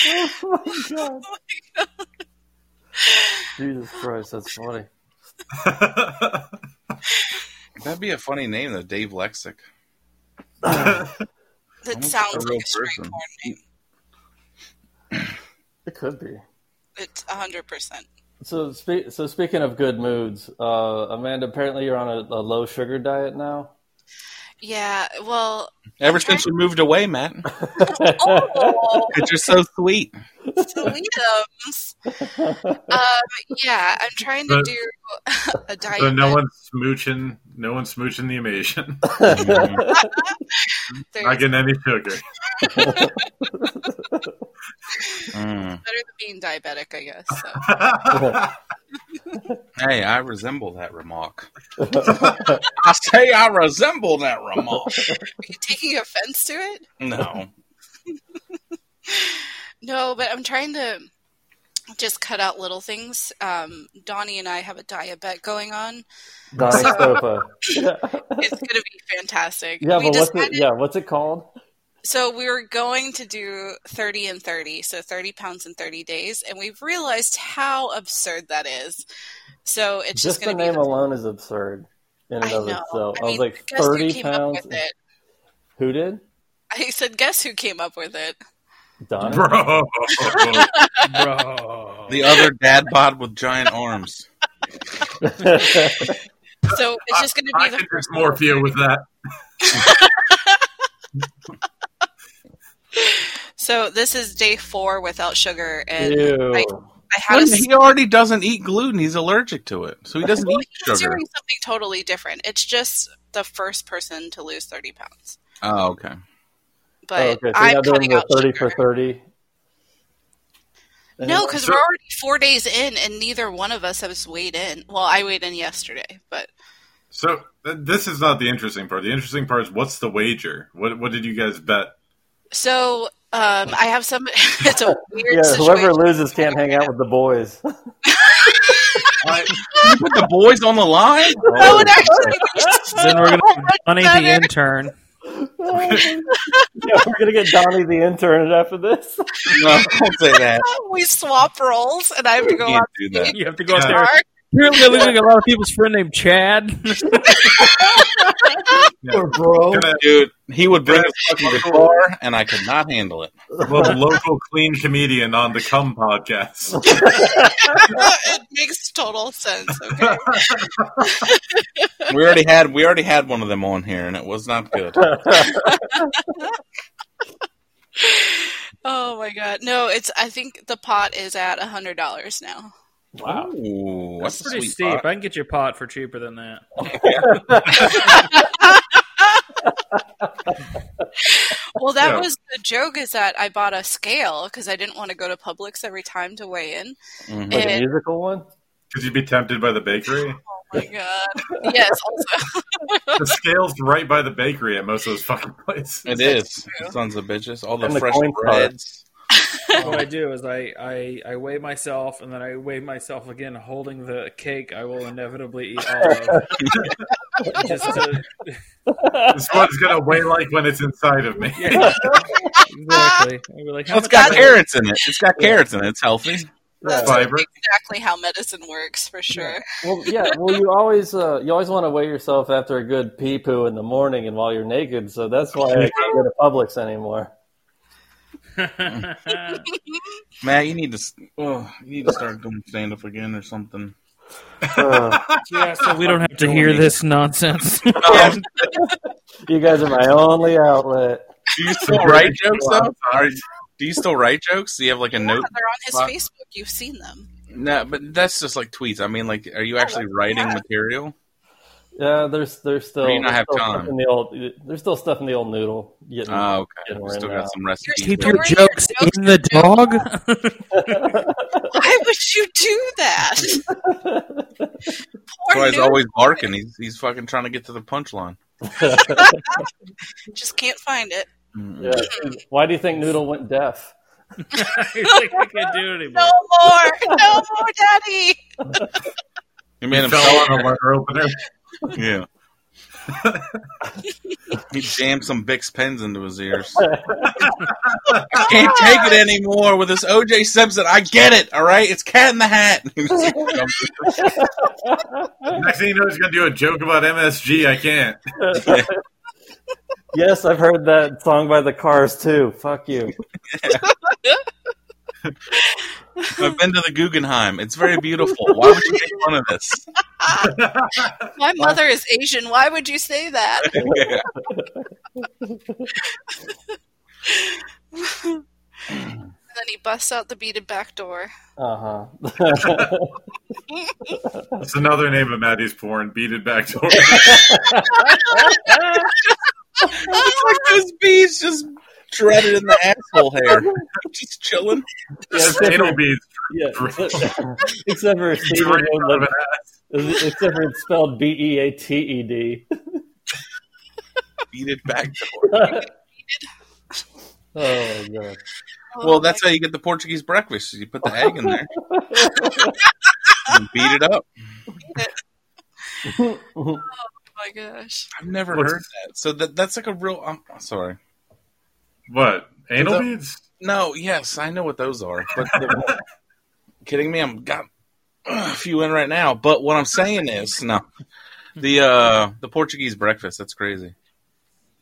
[SPEAKER 5] Oh my god. Jesus Christ, that's funny.
[SPEAKER 3] That'd be a funny name though, Dave Lexic.
[SPEAKER 6] That
[SPEAKER 3] Almost
[SPEAKER 6] sounds
[SPEAKER 3] a
[SPEAKER 6] like
[SPEAKER 3] real
[SPEAKER 6] a straight
[SPEAKER 3] person.
[SPEAKER 6] porn name.
[SPEAKER 5] It could be.
[SPEAKER 6] It's hundred percent.
[SPEAKER 5] So, spe- so speaking of good moods, uh, Amanda, apparently you're on a, a low sugar diet now.
[SPEAKER 6] Yeah. Well.
[SPEAKER 3] Ever since you moved away, Matt,
[SPEAKER 6] Oh,
[SPEAKER 3] because you're so sweet.
[SPEAKER 6] sweetums. Um, yeah, I'm trying to
[SPEAKER 2] But-
[SPEAKER 6] do a diet.
[SPEAKER 2] So no
[SPEAKER 6] that
[SPEAKER 2] one's smooching. No one's smooching the Amation.
[SPEAKER 6] there's
[SPEAKER 2] Not getting any sugar.
[SPEAKER 3] Mm.
[SPEAKER 6] better than being diabetic, I guess. So.
[SPEAKER 3] Hey, I resemble that remark. I say I resemble that remark.
[SPEAKER 6] Are you taking offense to it?
[SPEAKER 3] No.
[SPEAKER 6] No, but I'm trying to just cut out little things. Um, Donnie and I have a diet bet going on.
[SPEAKER 5] Donnie Stopa.
[SPEAKER 6] It's going to be fantastic.
[SPEAKER 5] Yeah,
[SPEAKER 6] we
[SPEAKER 5] but what's it?
[SPEAKER 6] decided-
[SPEAKER 5] Yeah, what's it called?
[SPEAKER 6] So we were going to do 30 and 30, so 30 pounds in 30 days, and we've realized how absurd that is. So it's just,
[SPEAKER 5] Just the
[SPEAKER 6] going to be
[SPEAKER 5] name alone is absurd in and
[SPEAKER 6] I
[SPEAKER 5] of
[SPEAKER 6] know.
[SPEAKER 5] itself. I,
[SPEAKER 6] I mean,
[SPEAKER 5] was like,
[SPEAKER 6] guess who
[SPEAKER 5] thirty
[SPEAKER 6] came up
[SPEAKER 5] pounds.
[SPEAKER 6] with it?
[SPEAKER 5] Who did?
[SPEAKER 6] I said, guess who came up with it?
[SPEAKER 5] Donnie.
[SPEAKER 2] Bro.
[SPEAKER 8] Bro.
[SPEAKER 3] The other dad bod with giant arms.
[SPEAKER 6] So it's just going to be
[SPEAKER 2] I
[SPEAKER 6] the
[SPEAKER 2] think there's Morphia with that.
[SPEAKER 6] So this is day four without sugar, and
[SPEAKER 5] Ew.
[SPEAKER 6] I, I had a
[SPEAKER 3] he already doesn't eat gluten. He's allergic to it, so he doesn't eat
[SPEAKER 6] He's
[SPEAKER 3] sugar.
[SPEAKER 6] doing something totally different. It's just the first person to lose thirty pounds.
[SPEAKER 3] Oh, okay.
[SPEAKER 6] But
[SPEAKER 5] Oh, okay, so
[SPEAKER 6] I'm
[SPEAKER 5] you're not doing
[SPEAKER 6] cutting
[SPEAKER 5] the
[SPEAKER 6] out
[SPEAKER 5] thirty
[SPEAKER 6] sugar.
[SPEAKER 5] for thirty.
[SPEAKER 6] No, because we're already four days in, and neither one of us has weighed in. Well, I weighed in yesterday, but
[SPEAKER 2] So th- this is not the interesting part. The interesting part is what's the wager? What what did you guys bet?
[SPEAKER 6] so um, I have some. it's a weird.
[SPEAKER 5] yeah, whoever
[SPEAKER 6] situation.
[SPEAKER 5] loses can't hang out with the boys.
[SPEAKER 3] You put the boys on the line.
[SPEAKER 6] That would actually be
[SPEAKER 8] Then we're gonna
[SPEAKER 6] so
[SPEAKER 8] have
[SPEAKER 6] much
[SPEAKER 8] Donnie
[SPEAKER 6] better.
[SPEAKER 8] the intern.
[SPEAKER 5] yeah, we're gonna get Donnie the intern after this.
[SPEAKER 3] No, don't say that.
[SPEAKER 6] We swap roles, and I have to
[SPEAKER 3] You
[SPEAKER 6] go on
[SPEAKER 3] can't do that.
[SPEAKER 8] You have to go out there.
[SPEAKER 6] bar.
[SPEAKER 8] Apparently, I look like a lot of people's friend named Chad.
[SPEAKER 5] Or bro.
[SPEAKER 2] Can a-
[SPEAKER 3] Dude, he would bring his fucking guitar, and I could not handle it.
[SPEAKER 2] Well, a local clean comedian on the Come podcast.
[SPEAKER 6] it makes total sense. Okay.
[SPEAKER 3] We already had we already had one of them on here, and it was not good.
[SPEAKER 6] Oh my god, no! It's I think the pot is at a hundred dollars now.
[SPEAKER 5] Wow.
[SPEAKER 3] Ooh,
[SPEAKER 8] That's
[SPEAKER 3] that's, a
[SPEAKER 8] pretty
[SPEAKER 3] sweet
[SPEAKER 8] steep.
[SPEAKER 3] pot.
[SPEAKER 8] I can get you a pot for cheaper than that.
[SPEAKER 6] Well, that
[SPEAKER 2] Yeah.
[SPEAKER 6] was the joke is that I bought a scale because I didn't want to go to Publix every time to weigh in.
[SPEAKER 3] Mhm.
[SPEAKER 5] Like a
[SPEAKER 6] And-
[SPEAKER 5] musical one?
[SPEAKER 2] Because you'd be tempted by the bakery.
[SPEAKER 6] Oh my god! yes, also
[SPEAKER 2] The scale's right by the bakery at most of those fucking places.
[SPEAKER 3] It is sons of bitches. All the
[SPEAKER 5] And the
[SPEAKER 3] fresh
[SPEAKER 5] coin pot.
[SPEAKER 3] breads.
[SPEAKER 4] what I do is I, I I weigh myself and then I weigh myself again, holding the cake. I will inevitably eat all of. Just to,
[SPEAKER 2] This one's gonna weigh like when it's inside of me.
[SPEAKER 8] Exactly. I'd be like, how
[SPEAKER 3] It's
[SPEAKER 8] much
[SPEAKER 3] got
[SPEAKER 8] is it?
[SPEAKER 3] carrots in it. It's got carrots in it. It's healthy.
[SPEAKER 2] It's
[SPEAKER 5] Yeah.
[SPEAKER 2] Fiber.
[SPEAKER 6] exactly how medicine works for sure.
[SPEAKER 5] Well, yeah. Well, you always uh, you always want to weigh yourself after a good pee poo in the morning and while you're naked. So that's why I can't go to Publix anymore.
[SPEAKER 3] Matt, you need to s- oh, you need to start doing stand up again or something.
[SPEAKER 5] Uh,
[SPEAKER 4] yeah, so
[SPEAKER 8] We don't have to hear this nonsense.
[SPEAKER 3] Yeah,
[SPEAKER 5] you guys are my only outlet.
[SPEAKER 3] do you still write jokes though? Are, do you still write jokes? Do you have like a
[SPEAKER 6] Yeah,
[SPEAKER 3] note?
[SPEAKER 6] they're
[SPEAKER 3] Wow.
[SPEAKER 6] on his Facebook. You've seen them.
[SPEAKER 3] No, but that's just like tweets. I mean, like, are you actually writing material?
[SPEAKER 5] Yeah, there's there's still,
[SPEAKER 3] You don't
[SPEAKER 5] there's
[SPEAKER 3] have
[SPEAKER 5] still
[SPEAKER 3] time.
[SPEAKER 5] stuff in the old there's still stuff in the old noodle. Getting,
[SPEAKER 3] Oh, okay.
[SPEAKER 5] getting
[SPEAKER 3] We
[SPEAKER 5] ran
[SPEAKER 3] still
[SPEAKER 2] uh,
[SPEAKER 5] out.
[SPEAKER 3] got some recipes.
[SPEAKER 6] Keep
[SPEAKER 8] Keep
[SPEAKER 3] but-
[SPEAKER 8] your
[SPEAKER 6] Where are your
[SPEAKER 8] jokes
[SPEAKER 6] jokes
[SPEAKER 8] in the dog.
[SPEAKER 6] Why would you do that?
[SPEAKER 3] That's why
[SPEAKER 6] Poor
[SPEAKER 3] he's
[SPEAKER 6] noob
[SPEAKER 3] always barking. He's he's fucking trying to get to the punchline.
[SPEAKER 6] just can't find it.
[SPEAKER 3] Mm-mm.
[SPEAKER 2] Mm-hmm.
[SPEAKER 5] yeah. Why do you think Noodle went deaf?
[SPEAKER 8] He's like, I can't do it anymore.
[SPEAKER 6] No more, no more, Daddy.
[SPEAKER 3] You made him
[SPEAKER 2] Fell
[SPEAKER 3] fell
[SPEAKER 2] on a letter opener.
[SPEAKER 3] Yeah. He jammed some Vicks pens into his ears. I can't take it anymore with this OJ Simpson. I get it, all right? It's cat in the hat. He was like,
[SPEAKER 2] Next thing you know, he's gonna do a joke about MSG. I can't.
[SPEAKER 5] yes, I've heard that song by the Cars too. Fuck you.
[SPEAKER 3] I've been to the Guggenheim. It's very beautiful. Why would you make fun of this?
[SPEAKER 6] My mother is Asian. Why would you say that?
[SPEAKER 3] Yeah.
[SPEAKER 6] And then he busts out the beaded back door.
[SPEAKER 5] Uh huh.
[SPEAKER 2] That's another name of Maddie's porn. Beat it back to her.
[SPEAKER 3] It's like those bees just dreaded in the asshole hair. Just chilling.
[SPEAKER 2] Yes, anal beads.
[SPEAKER 5] yeah. except for Steven
[SPEAKER 2] Right out of
[SPEAKER 5] Wonder-
[SPEAKER 2] an
[SPEAKER 5] except for it's spelled B E A T E D.
[SPEAKER 3] Beat it back to her.
[SPEAKER 5] Oh god.
[SPEAKER 6] Oh
[SPEAKER 3] Well,
[SPEAKER 6] my
[SPEAKER 3] that's how you get the Portuguese breakfast. You put the egg in there. and beat it up.
[SPEAKER 6] my gosh.
[SPEAKER 3] I've never
[SPEAKER 2] What's-
[SPEAKER 3] heard that. So that that's like a real. I'm sorry.
[SPEAKER 2] What? Anal
[SPEAKER 3] What's up?
[SPEAKER 2] beads?
[SPEAKER 3] No, yes, I know what those are. But the, kidding me? I'm got a few in right now. But what I'm saying is no. The uh the Portuguese breakfast. That's crazy.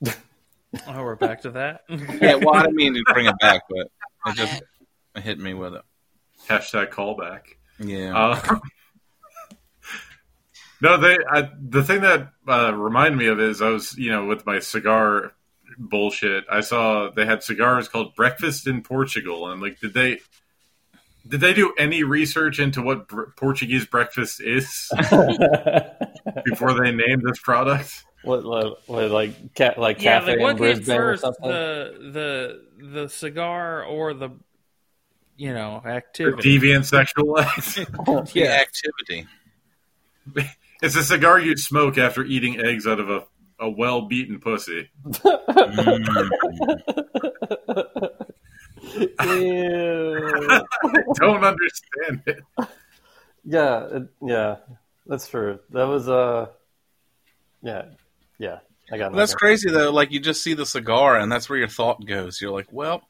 [SPEAKER 8] Oh, we're back to that.
[SPEAKER 3] Yeah. Well, I didn't mean to bring it back, but it just it hit me with it.
[SPEAKER 2] Hashtag callback.
[SPEAKER 3] Yeah.
[SPEAKER 2] Uh, no, they. I, the thing that uh, reminded me of is I was, you know, with my cigar bullshit. I saw they had cigars called Breakfast in Portugal, and I'm like, did they? Did they do any research into what br- Portuguese breakfast is before they named this product?
[SPEAKER 5] what, like- what like cat like
[SPEAKER 8] yeah,
[SPEAKER 5] cafe
[SPEAKER 8] like what
[SPEAKER 5] in
[SPEAKER 8] came
[SPEAKER 5] Brisbane or
[SPEAKER 8] first,
[SPEAKER 5] something?
[SPEAKER 8] the the the cigar or the you know activity?
[SPEAKER 2] Deviant sexual act.
[SPEAKER 3] yeah.
[SPEAKER 8] yeah.
[SPEAKER 3] Activity.
[SPEAKER 2] it's a cigar you'd smoke after eating eggs out of a, a well beaten pussy.
[SPEAKER 3] Mm.
[SPEAKER 5] Ew.
[SPEAKER 2] Don't understand it.
[SPEAKER 5] yeah, it, yeah, that's true. That was uh, yeah, yeah. I got
[SPEAKER 3] Well, that's
[SPEAKER 5] nothing.
[SPEAKER 3] crazy though. Like you just see the cigar, and that's where your thought goes. You're like, well,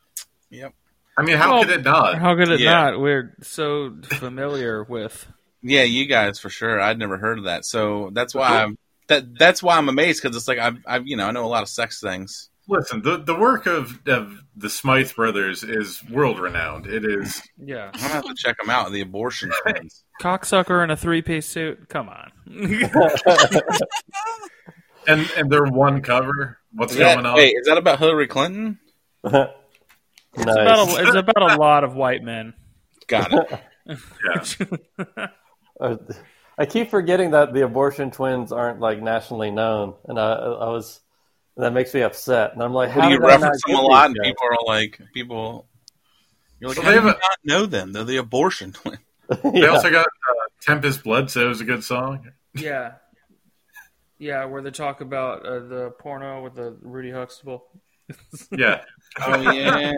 [SPEAKER 2] I mean, how
[SPEAKER 8] Oh.
[SPEAKER 2] could it not?
[SPEAKER 8] How could it
[SPEAKER 3] Yeah.
[SPEAKER 8] not? We're so familiar with.
[SPEAKER 3] yeah, you guys for sure. I'd never heard of that, so that's
[SPEAKER 2] Uh-huh.
[SPEAKER 3] why I'm that that's why I'm amazed because it's like I've, I've you know I know a lot of sex things.
[SPEAKER 2] Listen, the, the work of, of the Smythe brothers is world renowned. It is.
[SPEAKER 8] Yeah,
[SPEAKER 3] I'm gonna have to check them out. The abortion things.
[SPEAKER 8] cocksucker in a three-piece suit. Come on.
[SPEAKER 2] And and their one cover. What's
[SPEAKER 3] Is that,
[SPEAKER 2] going on?
[SPEAKER 3] wait, is that about Hillary Clinton?
[SPEAKER 8] It's
[SPEAKER 5] nice.
[SPEAKER 8] about a, it's about a lot of white men.
[SPEAKER 3] Got it.
[SPEAKER 5] Uh, I keep forgetting that the abortion twins aren't like nationally known, and I, I was that makes me upset. And I'm like,
[SPEAKER 3] Well,
[SPEAKER 5] how
[SPEAKER 3] you
[SPEAKER 5] did I not
[SPEAKER 3] reference them
[SPEAKER 5] get
[SPEAKER 3] a lot, and
[SPEAKER 5] these
[SPEAKER 3] people are like, people. You're like,
[SPEAKER 2] Well,
[SPEAKER 3] how
[SPEAKER 2] they
[SPEAKER 3] do you
[SPEAKER 2] have
[SPEAKER 3] not know them? They're the abortion twin.
[SPEAKER 5] guys?
[SPEAKER 2] They
[SPEAKER 5] Yeah.
[SPEAKER 2] also got uh, Tempest Blood, so is a good song.
[SPEAKER 8] Yeah, yeah, where they talk about uh, the porno with the Rudy Huxtable.
[SPEAKER 2] Yeah.
[SPEAKER 3] Oh yeah,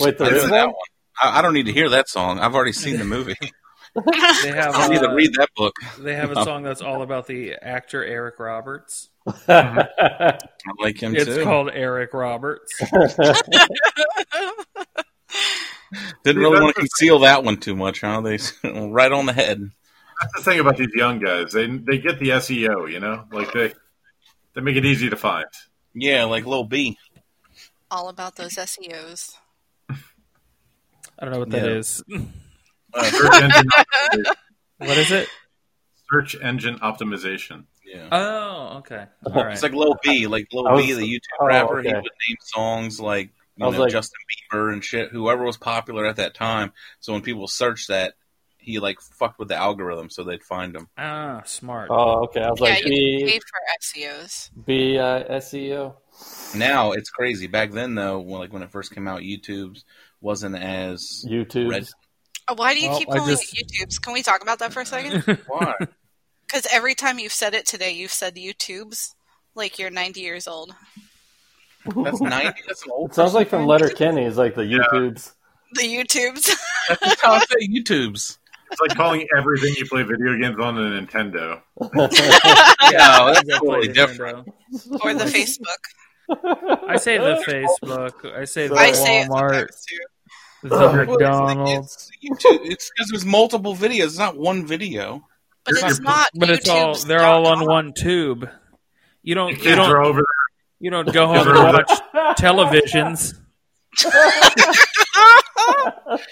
[SPEAKER 5] Wait, there
[SPEAKER 3] That's
[SPEAKER 5] is
[SPEAKER 3] that
[SPEAKER 5] one.
[SPEAKER 3] one. I, I don't need to hear that song. I've already seen the movie.
[SPEAKER 8] They have
[SPEAKER 3] I don't need
[SPEAKER 8] uh,
[SPEAKER 3] to read that book.
[SPEAKER 8] they have a song that's all about the actor Eric Roberts.
[SPEAKER 3] I like him
[SPEAKER 8] It's
[SPEAKER 3] too.
[SPEAKER 8] called Eric Roberts.
[SPEAKER 3] Didn't
[SPEAKER 2] See,
[SPEAKER 3] really
[SPEAKER 2] that's
[SPEAKER 3] want to
[SPEAKER 2] the
[SPEAKER 3] conceal that one too much, huh? They right on the head.
[SPEAKER 2] That's the thing about these young guys. They they get the SEO, you know? Like they they make it easy to find.
[SPEAKER 3] Yeah, like little B.
[SPEAKER 6] All about those E SEOs.
[SPEAKER 8] I don't know what that
[SPEAKER 3] Yeah.
[SPEAKER 8] is.
[SPEAKER 2] Search engine,
[SPEAKER 8] What is it?
[SPEAKER 2] search engine optimization.
[SPEAKER 3] Yeah,
[SPEAKER 8] Oh, okay. All right.
[SPEAKER 3] it's like little B, like
[SPEAKER 5] I
[SPEAKER 3] little
[SPEAKER 5] was-
[SPEAKER 3] B, the YouTube
[SPEAKER 5] oh,
[SPEAKER 3] rapper. He
[SPEAKER 5] okay.
[SPEAKER 3] would name songs like
[SPEAKER 5] I
[SPEAKER 3] you
[SPEAKER 5] was
[SPEAKER 3] know
[SPEAKER 5] like-
[SPEAKER 3] Justin Bieber and shit. Whoever was popular at that time. So when people searched that, he like fucked with the algorithm, so they'd find him.
[SPEAKER 8] ah, smart.
[SPEAKER 5] Oh, okay. I was
[SPEAKER 6] Yeah,
[SPEAKER 5] like,
[SPEAKER 6] you can
[SPEAKER 5] B
[SPEAKER 6] pay for E SEOs.
[SPEAKER 5] B I S E O.
[SPEAKER 3] Now it's crazy. Back then, though, when, like when it first came out, YouTube wasn't as
[SPEAKER 5] YouTube.
[SPEAKER 3] Red-
[SPEAKER 6] Uh, Why do you
[SPEAKER 8] Well,
[SPEAKER 6] keep
[SPEAKER 8] I
[SPEAKER 6] calling
[SPEAKER 8] just-
[SPEAKER 6] it YouTubes? Can we talk about that for a second?
[SPEAKER 3] why.
[SPEAKER 6] Because every time you've said it today, you've said YouTubes like you're 90 years old.
[SPEAKER 3] That's ninety. That's an old.
[SPEAKER 5] It sounds like from Letter Kenny. It's like the YouTubes.
[SPEAKER 6] The YouTubes.
[SPEAKER 3] That's how I say YouTubes.
[SPEAKER 2] It's like calling everything you play video games on a Nintendo.
[SPEAKER 3] Yeah, that's
[SPEAKER 9] Exactly.
[SPEAKER 3] totally different.
[SPEAKER 6] or the Facebook.
[SPEAKER 9] I
[SPEAKER 4] I say the Facebook. I say the
[SPEAKER 5] I
[SPEAKER 6] say it
[SPEAKER 4] Walmart.
[SPEAKER 6] sometimes, too.
[SPEAKER 4] The
[SPEAKER 3] Well,
[SPEAKER 4] McDonald's.
[SPEAKER 3] It's because there's multiple videos. It's not one video.
[SPEAKER 6] But
[SPEAKER 2] You're-
[SPEAKER 6] it's
[SPEAKER 2] you're-
[SPEAKER 6] not.
[SPEAKER 4] But it's all
[SPEAKER 6] YouTube's
[SPEAKER 4] they're all on
[SPEAKER 6] dot com.
[SPEAKER 4] one tube. You
[SPEAKER 2] You
[SPEAKER 4] don't you
[SPEAKER 2] can't
[SPEAKER 4] don't
[SPEAKER 2] throw over
[SPEAKER 4] you don't go home and watch televisions.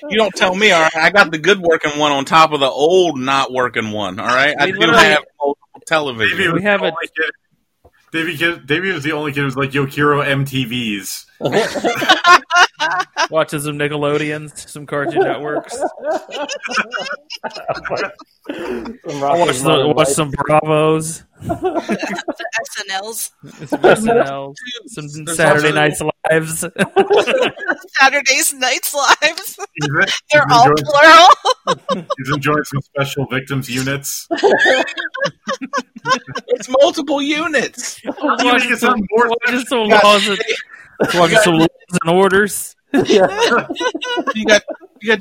[SPEAKER 3] You don't tell me, all right? I got the good working one on top of the old not working one, all right? I
[SPEAKER 4] We
[SPEAKER 3] do
[SPEAKER 4] literally-
[SPEAKER 3] have multiple
[SPEAKER 2] there. Davey
[SPEAKER 3] television.
[SPEAKER 2] was
[SPEAKER 4] We have
[SPEAKER 2] the
[SPEAKER 4] a-
[SPEAKER 2] only kid- Davey, kid, Davey was the only kid who was like Yokiro MTVs.
[SPEAKER 4] Watches some Nickelodeons, some Cartoon Networks. Watch some, watch some Bravos,
[SPEAKER 6] SNLs.
[SPEAKER 4] some SNL, some
[SPEAKER 3] There's
[SPEAKER 4] Saturday
[SPEAKER 3] also-
[SPEAKER 4] Night's Lives.
[SPEAKER 9] Oh,
[SPEAKER 6] Saturdays Night's Lives.
[SPEAKER 2] He's, he's
[SPEAKER 6] They're all
[SPEAKER 2] enjoying-
[SPEAKER 6] plural.
[SPEAKER 2] he's enjoying some special victims units.
[SPEAKER 3] It's multiple units.
[SPEAKER 2] You make it sound more
[SPEAKER 4] Watches some laws and, watching some laws and orders.
[SPEAKER 3] You got you got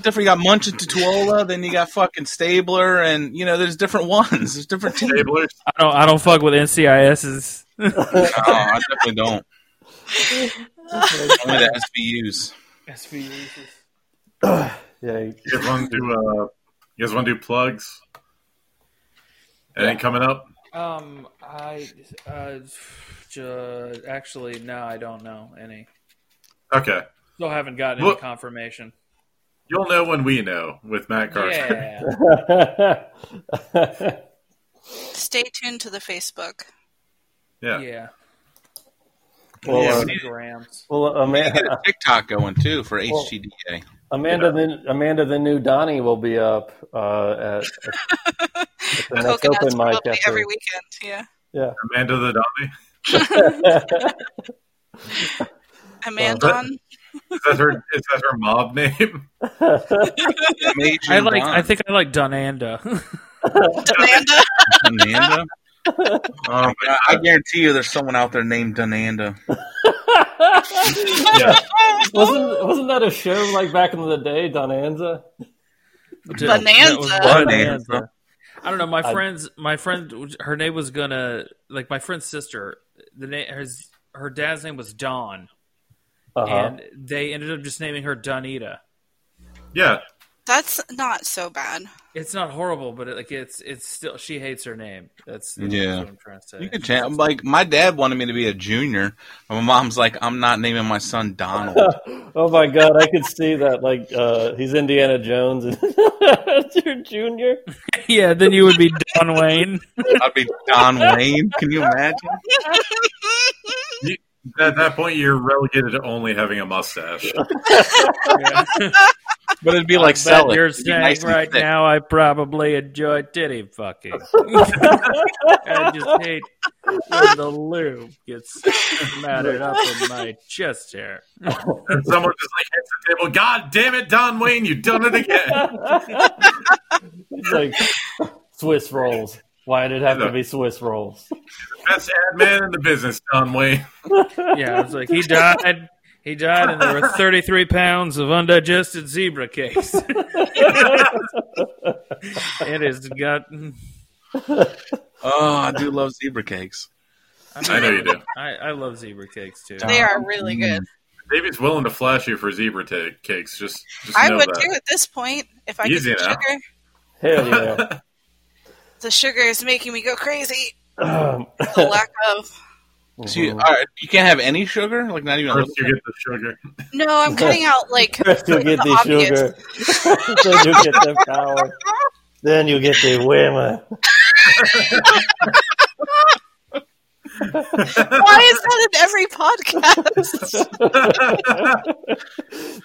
[SPEAKER 3] different. You got Munch and Tutuola, then you got fucking Stabler, and you know there's different ones. There's different teams.
[SPEAKER 2] stablers.
[SPEAKER 4] I don't I don't fuck with NCIS's.
[SPEAKER 3] No, I definitely don't. Only the SVUs.
[SPEAKER 5] yeah,
[SPEAKER 2] You guys want to do, uh, you guys want to do plugs? Anything coming up?
[SPEAKER 9] Um, I uh, ju- actually no, I don't know any.
[SPEAKER 2] Okay.
[SPEAKER 9] Still haven't gotten any
[SPEAKER 2] Look-
[SPEAKER 9] confirmation.
[SPEAKER 2] You'll know when we know with Matt Carson.
[SPEAKER 9] Yeah,
[SPEAKER 6] Stay tuned to the Facebook.
[SPEAKER 2] Yeah.
[SPEAKER 9] yeah.
[SPEAKER 5] Well,
[SPEAKER 3] Yeah,
[SPEAKER 5] uh,
[SPEAKER 3] we need-
[SPEAKER 9] Grams.
[SPEAKER 5] well, uh,
[SPEAKER 3] we need to get a
[SPEAKER 5] Amanda,
[SPEAKER 3] TikTok going too for HGDA.
[SPEAKER 5] Amanda, the, Amanda, the new Donnie will be up uh, at, at the next
[SPEAKER 6] Coconuts
[SPEAKER 5] open mic
[SPEAKER 6] probably
[SPEAKER 5] after.
[SPEAKER 6] every weekend. Yeah.
[SPEAKER 5] Yeah,
[SPEAKER 2] Amanda the Dolly.
[SPEAKER 6] Amandon.
[SPEAKER 2] Is that her? is that her mob name?
[SPEAKER 3] Major
[SPEAKER 4] I like. I
[SPEAKER 3] Bond.
[SPEAKER 4] think I like Dunanda.
[SPEAKER 6] Amanda.
[SPEAKER 3] Dunanda.
[SPEAKER 2] Um,
[SPEAKER 3] Oh, I- I guarantee you, there's someone out there named Dunanda.
[SPEAKER 2] yeah.
[SPEAKER 5] wasn't wasn't that a show like back in the day, Donanza?
[SPEAKER 6] Bonanza.
[SPEAKER 3] Bonanza.
[SPEAKER 4] I don't know. My
[SPEAKER 5] I-
[SPEAKER 4] friends, my friend, her name was gonna like my friend's sister. The name his her dad's name was Don,
[SPEAKER 5] Uh-huh.
[SPEAKER 4] and they ended up just naming her Donita.
[SPEAKER 2] Yeah.
[SPEAKER 6] That's not so bad.
[SPEAKER 4] It's not horrible, but it, like it's it's still she hates her name. That's that's
[SPEAKER 3] Yeah.
[SPEAKER 4] what I'm trying to say.
[SPEAKER 3] You could change. Like my dad wanted me to be a junior. My mom's like, I'm not naming my son Donald.
[SPEAKER 5] oh my god, I could see that. Like uh, he's Indiana Jones and your junior.
[SPEAKER 4] yeah, then you would be Don Wayne.
[SPEAKER 3] I'd be Don Wayne. Can you imagine?
[SPEAKER 2] At that point, you're relegated to only having a mustache.
[SPEAKER 3] But it'd be like
[SPEAKER 4] But
[SPEAKER 3] selling.
[SPEAKER 4] you're saying right now, I probably enjoy titty fucking. I just hate when the lube gets matted up in my chest hair.
[SPEAKER 2] And someone just like hits the table. God damn it, Don Wayne, you done it again.
[SPEAKER 5] It's like Swiss rolls. Why did it have to be Swiss rolls?
[SPEAKER 2] Best ad man in the business, Don Wayne.
[SPEAKER 4] Yeah, I was like, he died. He died, and there were 33 pounds of undigested zebra cakes. it has gotten.
[SPEAKER 3] Oh, I do love zebra cakes.
[SPEAKER 2] I know you do.
[SPEAKER 4] I, I love zebra cakes too.
[SPEAKER 6] They are
[SPEAKER 5] Mm,
[SPEAKER 6] really good.
[SPEAKER 2] Davey's willing to flash you for zebra ta- cakes. Just, just
[SPEAKER 6] I
[SPEAKER 2] know
[SPEAKER 6] would
[SPEAKER 2] that.
[SPEAKER 6] too at this point if I
[SPEAKER 2] Easy
[SPEAKER 6] could.
[SPEAKER 2] now.
[SPEAKER 6] Sugar.
[SPEAKER 5] Hell yeah.
[SPEAKER 6] The sugar is making me go crazy.
[SPEAKER 5] Um,
[SPEAKER 6] The lack of.
[SPEAKER 3] So you, all right, you can't have any sugar, like not even. A
[SPEAKER 2] First,
[SPEAKER 3] little.
[SPEAKER 2] you get the sugar.
[SPEAKER 6] No, I'm cutting out like
[SPEAKER 5] First you'll get
[SPEAKER 6] the
[SPEAKER 5] the sugar.
[SPEAKER 6] obvious.
[SPEAKER 5] then you'll get the power. Then you'll get the women.
[SPEAKER 6] Why is that in every podcast?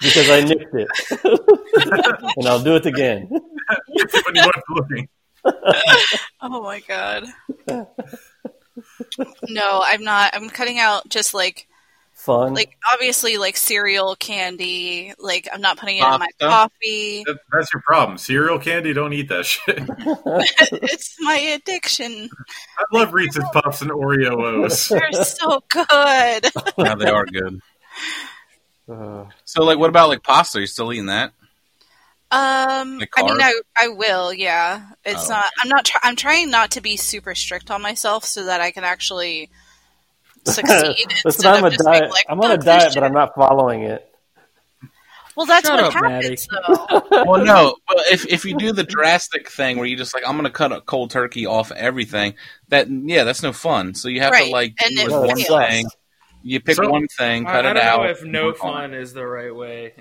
[SPEAKER 5] Because I nicked it. and I'll do it again.
[SPEAKER 2] When you weren't looking.
[SPEAKER 6] oh my god. No, I'm not. I'm cutting out just like
[SPEAKER 5] Fun.
[SPEAKER 6] like obviously like cereal, candy. Like I'm not putting it in my
[SPEAKER 3] Pasta?
[SPEAKER 6] coffee.
[SPEAKER 2] That- That's your problem. Cereal candy, don't eat that shit. I
[SPEAKER 6] it's my addiction.
[SPEAKER 2] love Reese's Puffs and Oreo O's.
[SPEAKER 6] They're so good.
[SPEAKER 3] Yeah, they are good.
[SPEAKER 5] Uh,
[SPEAKER 3] So, like, what about like pasta? Are you still eating that?
[SPEAKER 6] Um,
[SPEAKER 3] Like
[SPEAKER 6] I mean,
[SPEAKER 3] carve?
[SPEAKER 6] I, I will. Yeah, it's
[SPEAKER 3] Oh.
[SPEAKER 6] not. I'm not. Try- I'm trying not to be super strict on myself so that I can actually succeed.
[SPEAKER 5] Listen,
[SPEAKER 6] instead
[SPEAKER 5] I'm a
[SPEAKER 6] of just being
[SPEAKER 5] diet.
[SPEAKER 6] like,
[SPEAKER 5] I'm on a
[SPEAKER 6] "Fuck this
[SPEAKER 5] diet, but
[SPEAKER 6] shit."
[SPEAKER 5] I'm not following it.
[SPEAKER 6] Well, that's
[SPEAKER 8] Shut
[SPEAKER 6] what
[SPEAKER 8] up,
[SPEAKER 6] happens, though.
[SPEAKER 3] well, no. Well, if if you do the drastic thing where you just like I'm going to cut a cold turkey off everything, that yeah, that's no fun. So you have
[SPEAKER 6] Right,
[SPEAKER 3] to like
[SPEAKER 6] and
[SPEAKER 3] do
[SPEAKER 6] it
[SPEAKER 3] with one
[SPEAKER 6] fails.
[SPEAKER 3] thing. You pick
[SPEAKER 2] So-
[SPEAKER 3] one thing,
[SPEAKER 4] I, I
[SPEAKER 3] cut
[SPEAKER 4] don't
[SPEAKER 3] it out.
[SPEAKER 4] know if no
[SPEAKER 3] work on it.
[SPEAKER 4] fun is the right way.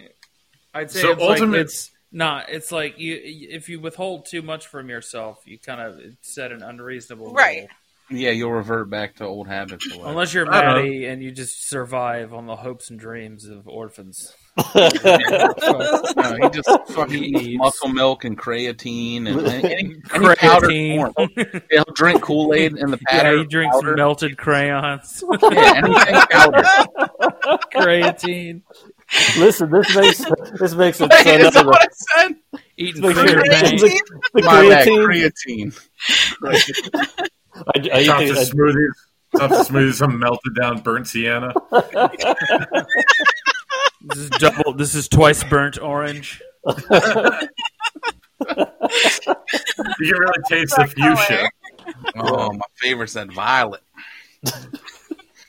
[SPEAKER 4] I'd say
[SPEAKER 2] So
[SPEAKER 4] it's, like,
[SPEAKER 2] ultimate-
[SPEAKER 4] it's not. It's like you if you withhold too much from yourself, you kind of set an unreasonable
[SPEAKER 6] Right.
[SPEAKER 4] level.
[SPEAKER 3] Yeah, you'll revert back to old habits. or whatever.
[SPEAKER 4] Unless you're
[SPEAKER 2] I don't know.
[SPEAKER 4] Maddie and you just survive on the hopes and dreams of orphans.
[SPEAKER 3] No, he just fucking eats
[SPEAKER 4] Eats.
[SPEAKER 3] muscle milk and creatine and any, any
[SPEAKER 8] Creatine.
[SPEAKER 3] powdered form. He'll drink Kool Aid in the
[SPEAKER 8] Yeah,
[SPEAKER 3] powder.
[SPEAKER 8] he drinks
[SPEAKER 3] powder.
[SPEAKER 8] melted crayons,
[SPEAKER 3] Yeah, anything powdered.
[SPEAKER 8] creatine,
[SPEAKER 5] Listen, this makes this makes it
[SPEAKER 3] Wait,
[SPEAKER 5] so
[SPEAKER 3] is that
[SPEAKER 5] notable.
[SPEAKER 3] what I said?
[SPEAKER 8] eating
[SPEAKER 5] Like,
[SPEAKER 8] finger
[SPEAKER 5] creatine.
[SPEAKER 8] bang.
[SPEAKER 5] The
[SPEAKER 3] My bad,
[SPEAKER 5] creatine.
[SPEAKER 3] creatine.
[SPEAKER 5] I, I,
[SPEAKER 2] Top
[SPEAKER 5] think-
[SPEAKER 2] to
[SPEAKER 5] I-
[SPEAKER 2] smoothies. Top to smoothies. Some melted down burnt sienna.
[SPEAKER 8] This is double. This is twice burnt orange.
[SPEAKER 2] You can really taste the fuchsia.
[SPEAKER 3] Oh, my favorite's that violet.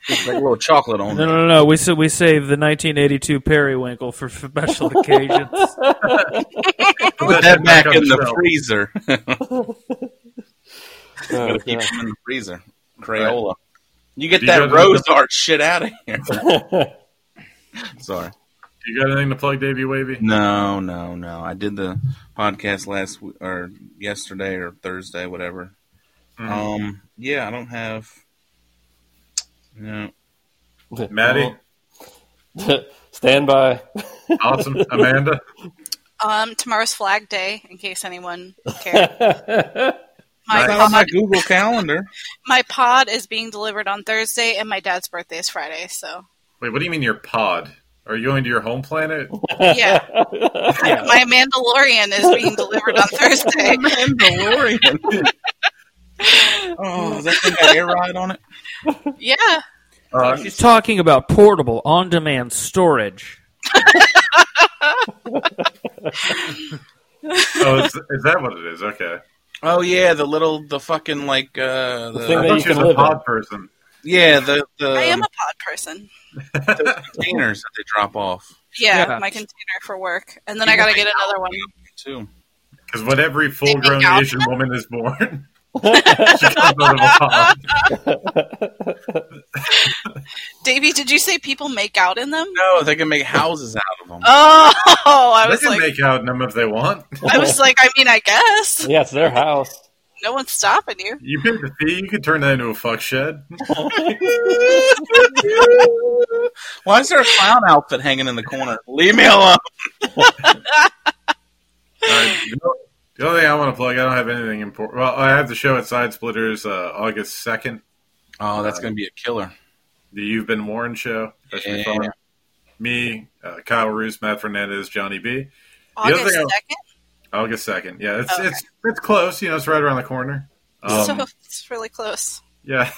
[SPEAKER 3] Just like a little chocolate on
[SPEAKER 8] No,
[SPEAKER 3] it.
[SPEAKER 8] no, no. no. We sa- we saved the 1982 periwinkle for special occasions.
[SPEAKER 3] Put that back
[SPEAKER 2] on
[SPEAKER 3] in the
[SPEAKER 2] shelf.
[SPEAKER 3] freezer.
[SPEAKER 5] oh,
[SPEAKER 3] Gotta keep
[SPEAKER 5] God.
[SPEAKER 3] them in the freezer. Crayola. You get
[SPEAKER 2] Do you
[SPEAKER 3] that
[SPEAKER 2] guys-
[SPEAKER 3] rose art shit out of here. Sorry.
[SPEAKER 2] You got anything to plug, Davey Wavy?
[SPEAKER 3] No, no, no. I did the podcast last w- or yesterday or Thursday, whatever.
[SPEAKER 2] Mm.
[SPEAKER 3] Um, yeah, I don't have. No,
[SPEAKER 2] Maddie,
[SPEAKER 5] Stand by.
[SPEAKER 2] awesome. Amanda,
[SPEAKER 6] Um, tomorrow's Flag Day, in case anyone cares. My,
[SPEAKER 3] it's not on my
[SPEAKER 6] pod,
[SPEAKER 3] Google Calendar.
[SPEAKER 6] my pod is being delivered on Thursday, and my dad's birthday is Friday. So,
[SPEAKER 2] wait. What do you mean your pod? Are you going to your home planet?
[SPEAKER 5] Oh
[SPEAKER 6] yeah, my Mandalorian is being delivered on Thursday.
[SPEAKER 3] Mandalorian. oh, is that thing got air ride on it?
[SPEAKER 6] Yeah,
[SPEAKER 2] Uh,
[SPEAKER 8] She's talking about portable, on-demand storage.
[SPEAKER 2] oh, is, is that what it is? Okay.
[SPEAKER 3] Oh yeah, the little, the fucking like, uh, the,
[SPEAKER 5] thing
[SPEAKER 2] I
[SPEAKER 5] that
[SPEAKER 2] thought
[SPEAKER 5] you
[SPEAKER 2] she was
[SPEAKER 5] can
[SPEAKER 2] a
[SPEAKER 5] live in.
[SPEAKER 2] pod person.
[SPEAKER 3] yeah, the the,
[SPEAKER 6] I am a pod person.
[SPEAKER 3] the containers that they drop off
[SPEAKER 6] Yeah,
[SPEAKER 8] Yeah.
[SPEAKER 6] my container for work, and then I gotta get another one.
[SPEAKER 3] too.
[SPEAKER 2] Because when every full grown
[SPEAKER 6] Yeah.
[SPEAKER 2] Asian woman is born, she comes out of a pod.
[SPEAKER 6] Davey, did you say people make out in them?
[SPEAKER 3] No, they can make houses out of them.
[SPEAKER 6] Oh, I
[SPEAKER 2] They
[SPEAKER 6] was
[SPEAKER 2] can
[SPEAKER 6] like,
[SPEAKER 2] make out in them if they want.
[SPEAKER 6] I was like, I mean, I guess
[SPEAKER 5] Yeah, it's their house.
[SPEAKER 6] no one's stopping you.
[SPEAKER 2] You pay the fee, you could turn that into a fuck shed.
[SPEAKER 3] Why is there a clown outfit hanging in the corner? Leave me alone.
[SPEAKER 2] Alright, the- The only thing I want to plug, I don't have anything important. Well, I have the show at Side Splitters uh, August second,
[SPEAKER 3] Oh, that's gonna be a killer.
[SPEAKER 2] the You've Been Warned show. That should be fun.
[SPEAKER 3] Yeah.
[SPEAKER 2] Me, uh, Kyle Roos, Matt Fernandez, Johnny B. other
[SPEAKER 6] August
[SPEAKER 2] thing I-
[SPEAKER 6] second,
[SPEAKER 2] August second. Yeah, it's
[SPEAKER 6] Okay.
[SPEAKER 2] it's it's close. You know, it's right around the corner. Um,
[SPEAKER 6] so it's really close.
[SPEAKER 2] Yeah.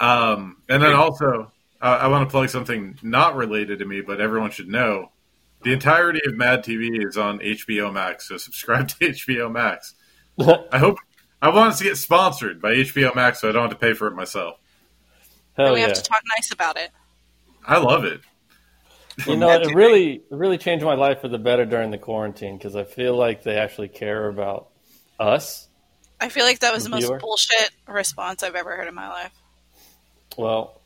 [SPEAKER 2] Um, and then also, uh, I want to plug something not related to me, but everyone should know. The entirety of Mad TV is on HBO Max, so subscribe to HBO Max. I hope I want us to get sponsored by HBO Max, so I don't have to pay for it myself.
[SPEAKER 5] Hell
[SPEAKER 6] we
[SPEAKER 5] yeah.
[SPEAKER 6] have to talk nice about it.
[SPEAKER 2] I love it.
[SPEAKER 5] You know, it really, it really changed my life for the better during the quarantine because I feel like they actually care about us.
[SPEAKER 6] I feel like that was the most
[SPEAKER 5] Viewer?
[SPEAKER 6] bullshit response I've ever heard in my life.
[SPEAKER 5] Well,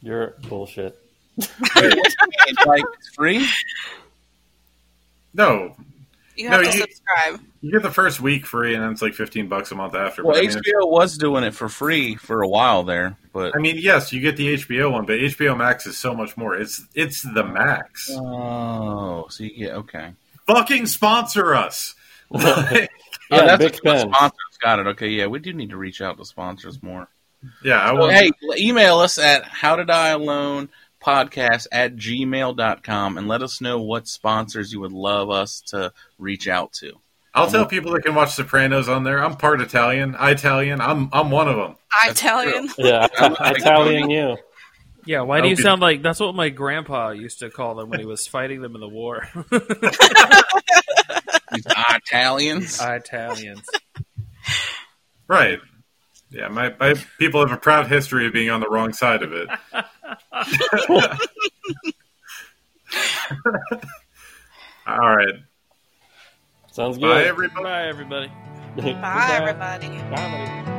[SPEAKER 5] you're bullshit.
[SPEAKER 3] It's like it's free.
[SPEAKER 2] No,
[SPEAKER 6] You have
[SPEAKER 2] No,
[SPEAKER 6] to
[SPEAKER 2] you-
[SPEAKER 6] subscribe.
[SPEAKER 2] you get the first week free, and then it's like fifteen bucks a month after.
[SPEAKER 3] Well,
[SPEAKER 2] but I mean,
[SPEAKER 3] HBO was doing it for free for a while there, but
[SPEAKER 2] I mean, yes, you get the HBO one, but HBO Max is so much more. It's it's the max.
[SPEAKER 3] oh, so you get okay.
[SPEAKER 2] Fucking sponsor us.
[SPEAKER 5] Yeah,
[SPEAKER 3] oh,
[SPEAKER 5] Big
[SPEAKER 3] what
[SPEAKER 5] Ben.
[SPEAKER 3] sponsors got it. Okay, yeah, we do need to reach out to sponsors more.
[SPEAKER 2] yeah, I
[SPEAKER 3] Well,
[SPEAKER 2] want.
[SPEAKER 3] hey, email us at how did I alone podcast at gmail.com and let us know what sponsors you would love us to reach out to.
[SPEAKER 2] I'll tell people that can watch Sopranos on there. I'm part Italian, Italian. I'm I'm one of them.
[SPEAKER 6] Italian.
[SPEAKER 5] Yeah, I- Italian you.
[SPEAKER 8] Yeah, why do
[SPEAKER 2] That'll
[SPEAKER 8] you
[SPEAKER 2] be-
[SPEAKER 8] sound like that's what my grandpa used to call them when he was fighting them in the war?
[SPEAKER 3] These Italians.
[SPEAKER 4] Italians.
[SPEAKER 2] Right. Yeah, my, my people have a proud history of being on the wrong side of it. All right.
[SPEAKER 5] Sounds
[SPEAKER 2] Bye,
[SPEAKER 5] good.
[SPEAKER 2] everybody.
[SPEAKER 4] Bye, everybody.
[SPEAKER 6] Bye, everybody.
[SPEAKER 5] Comedy.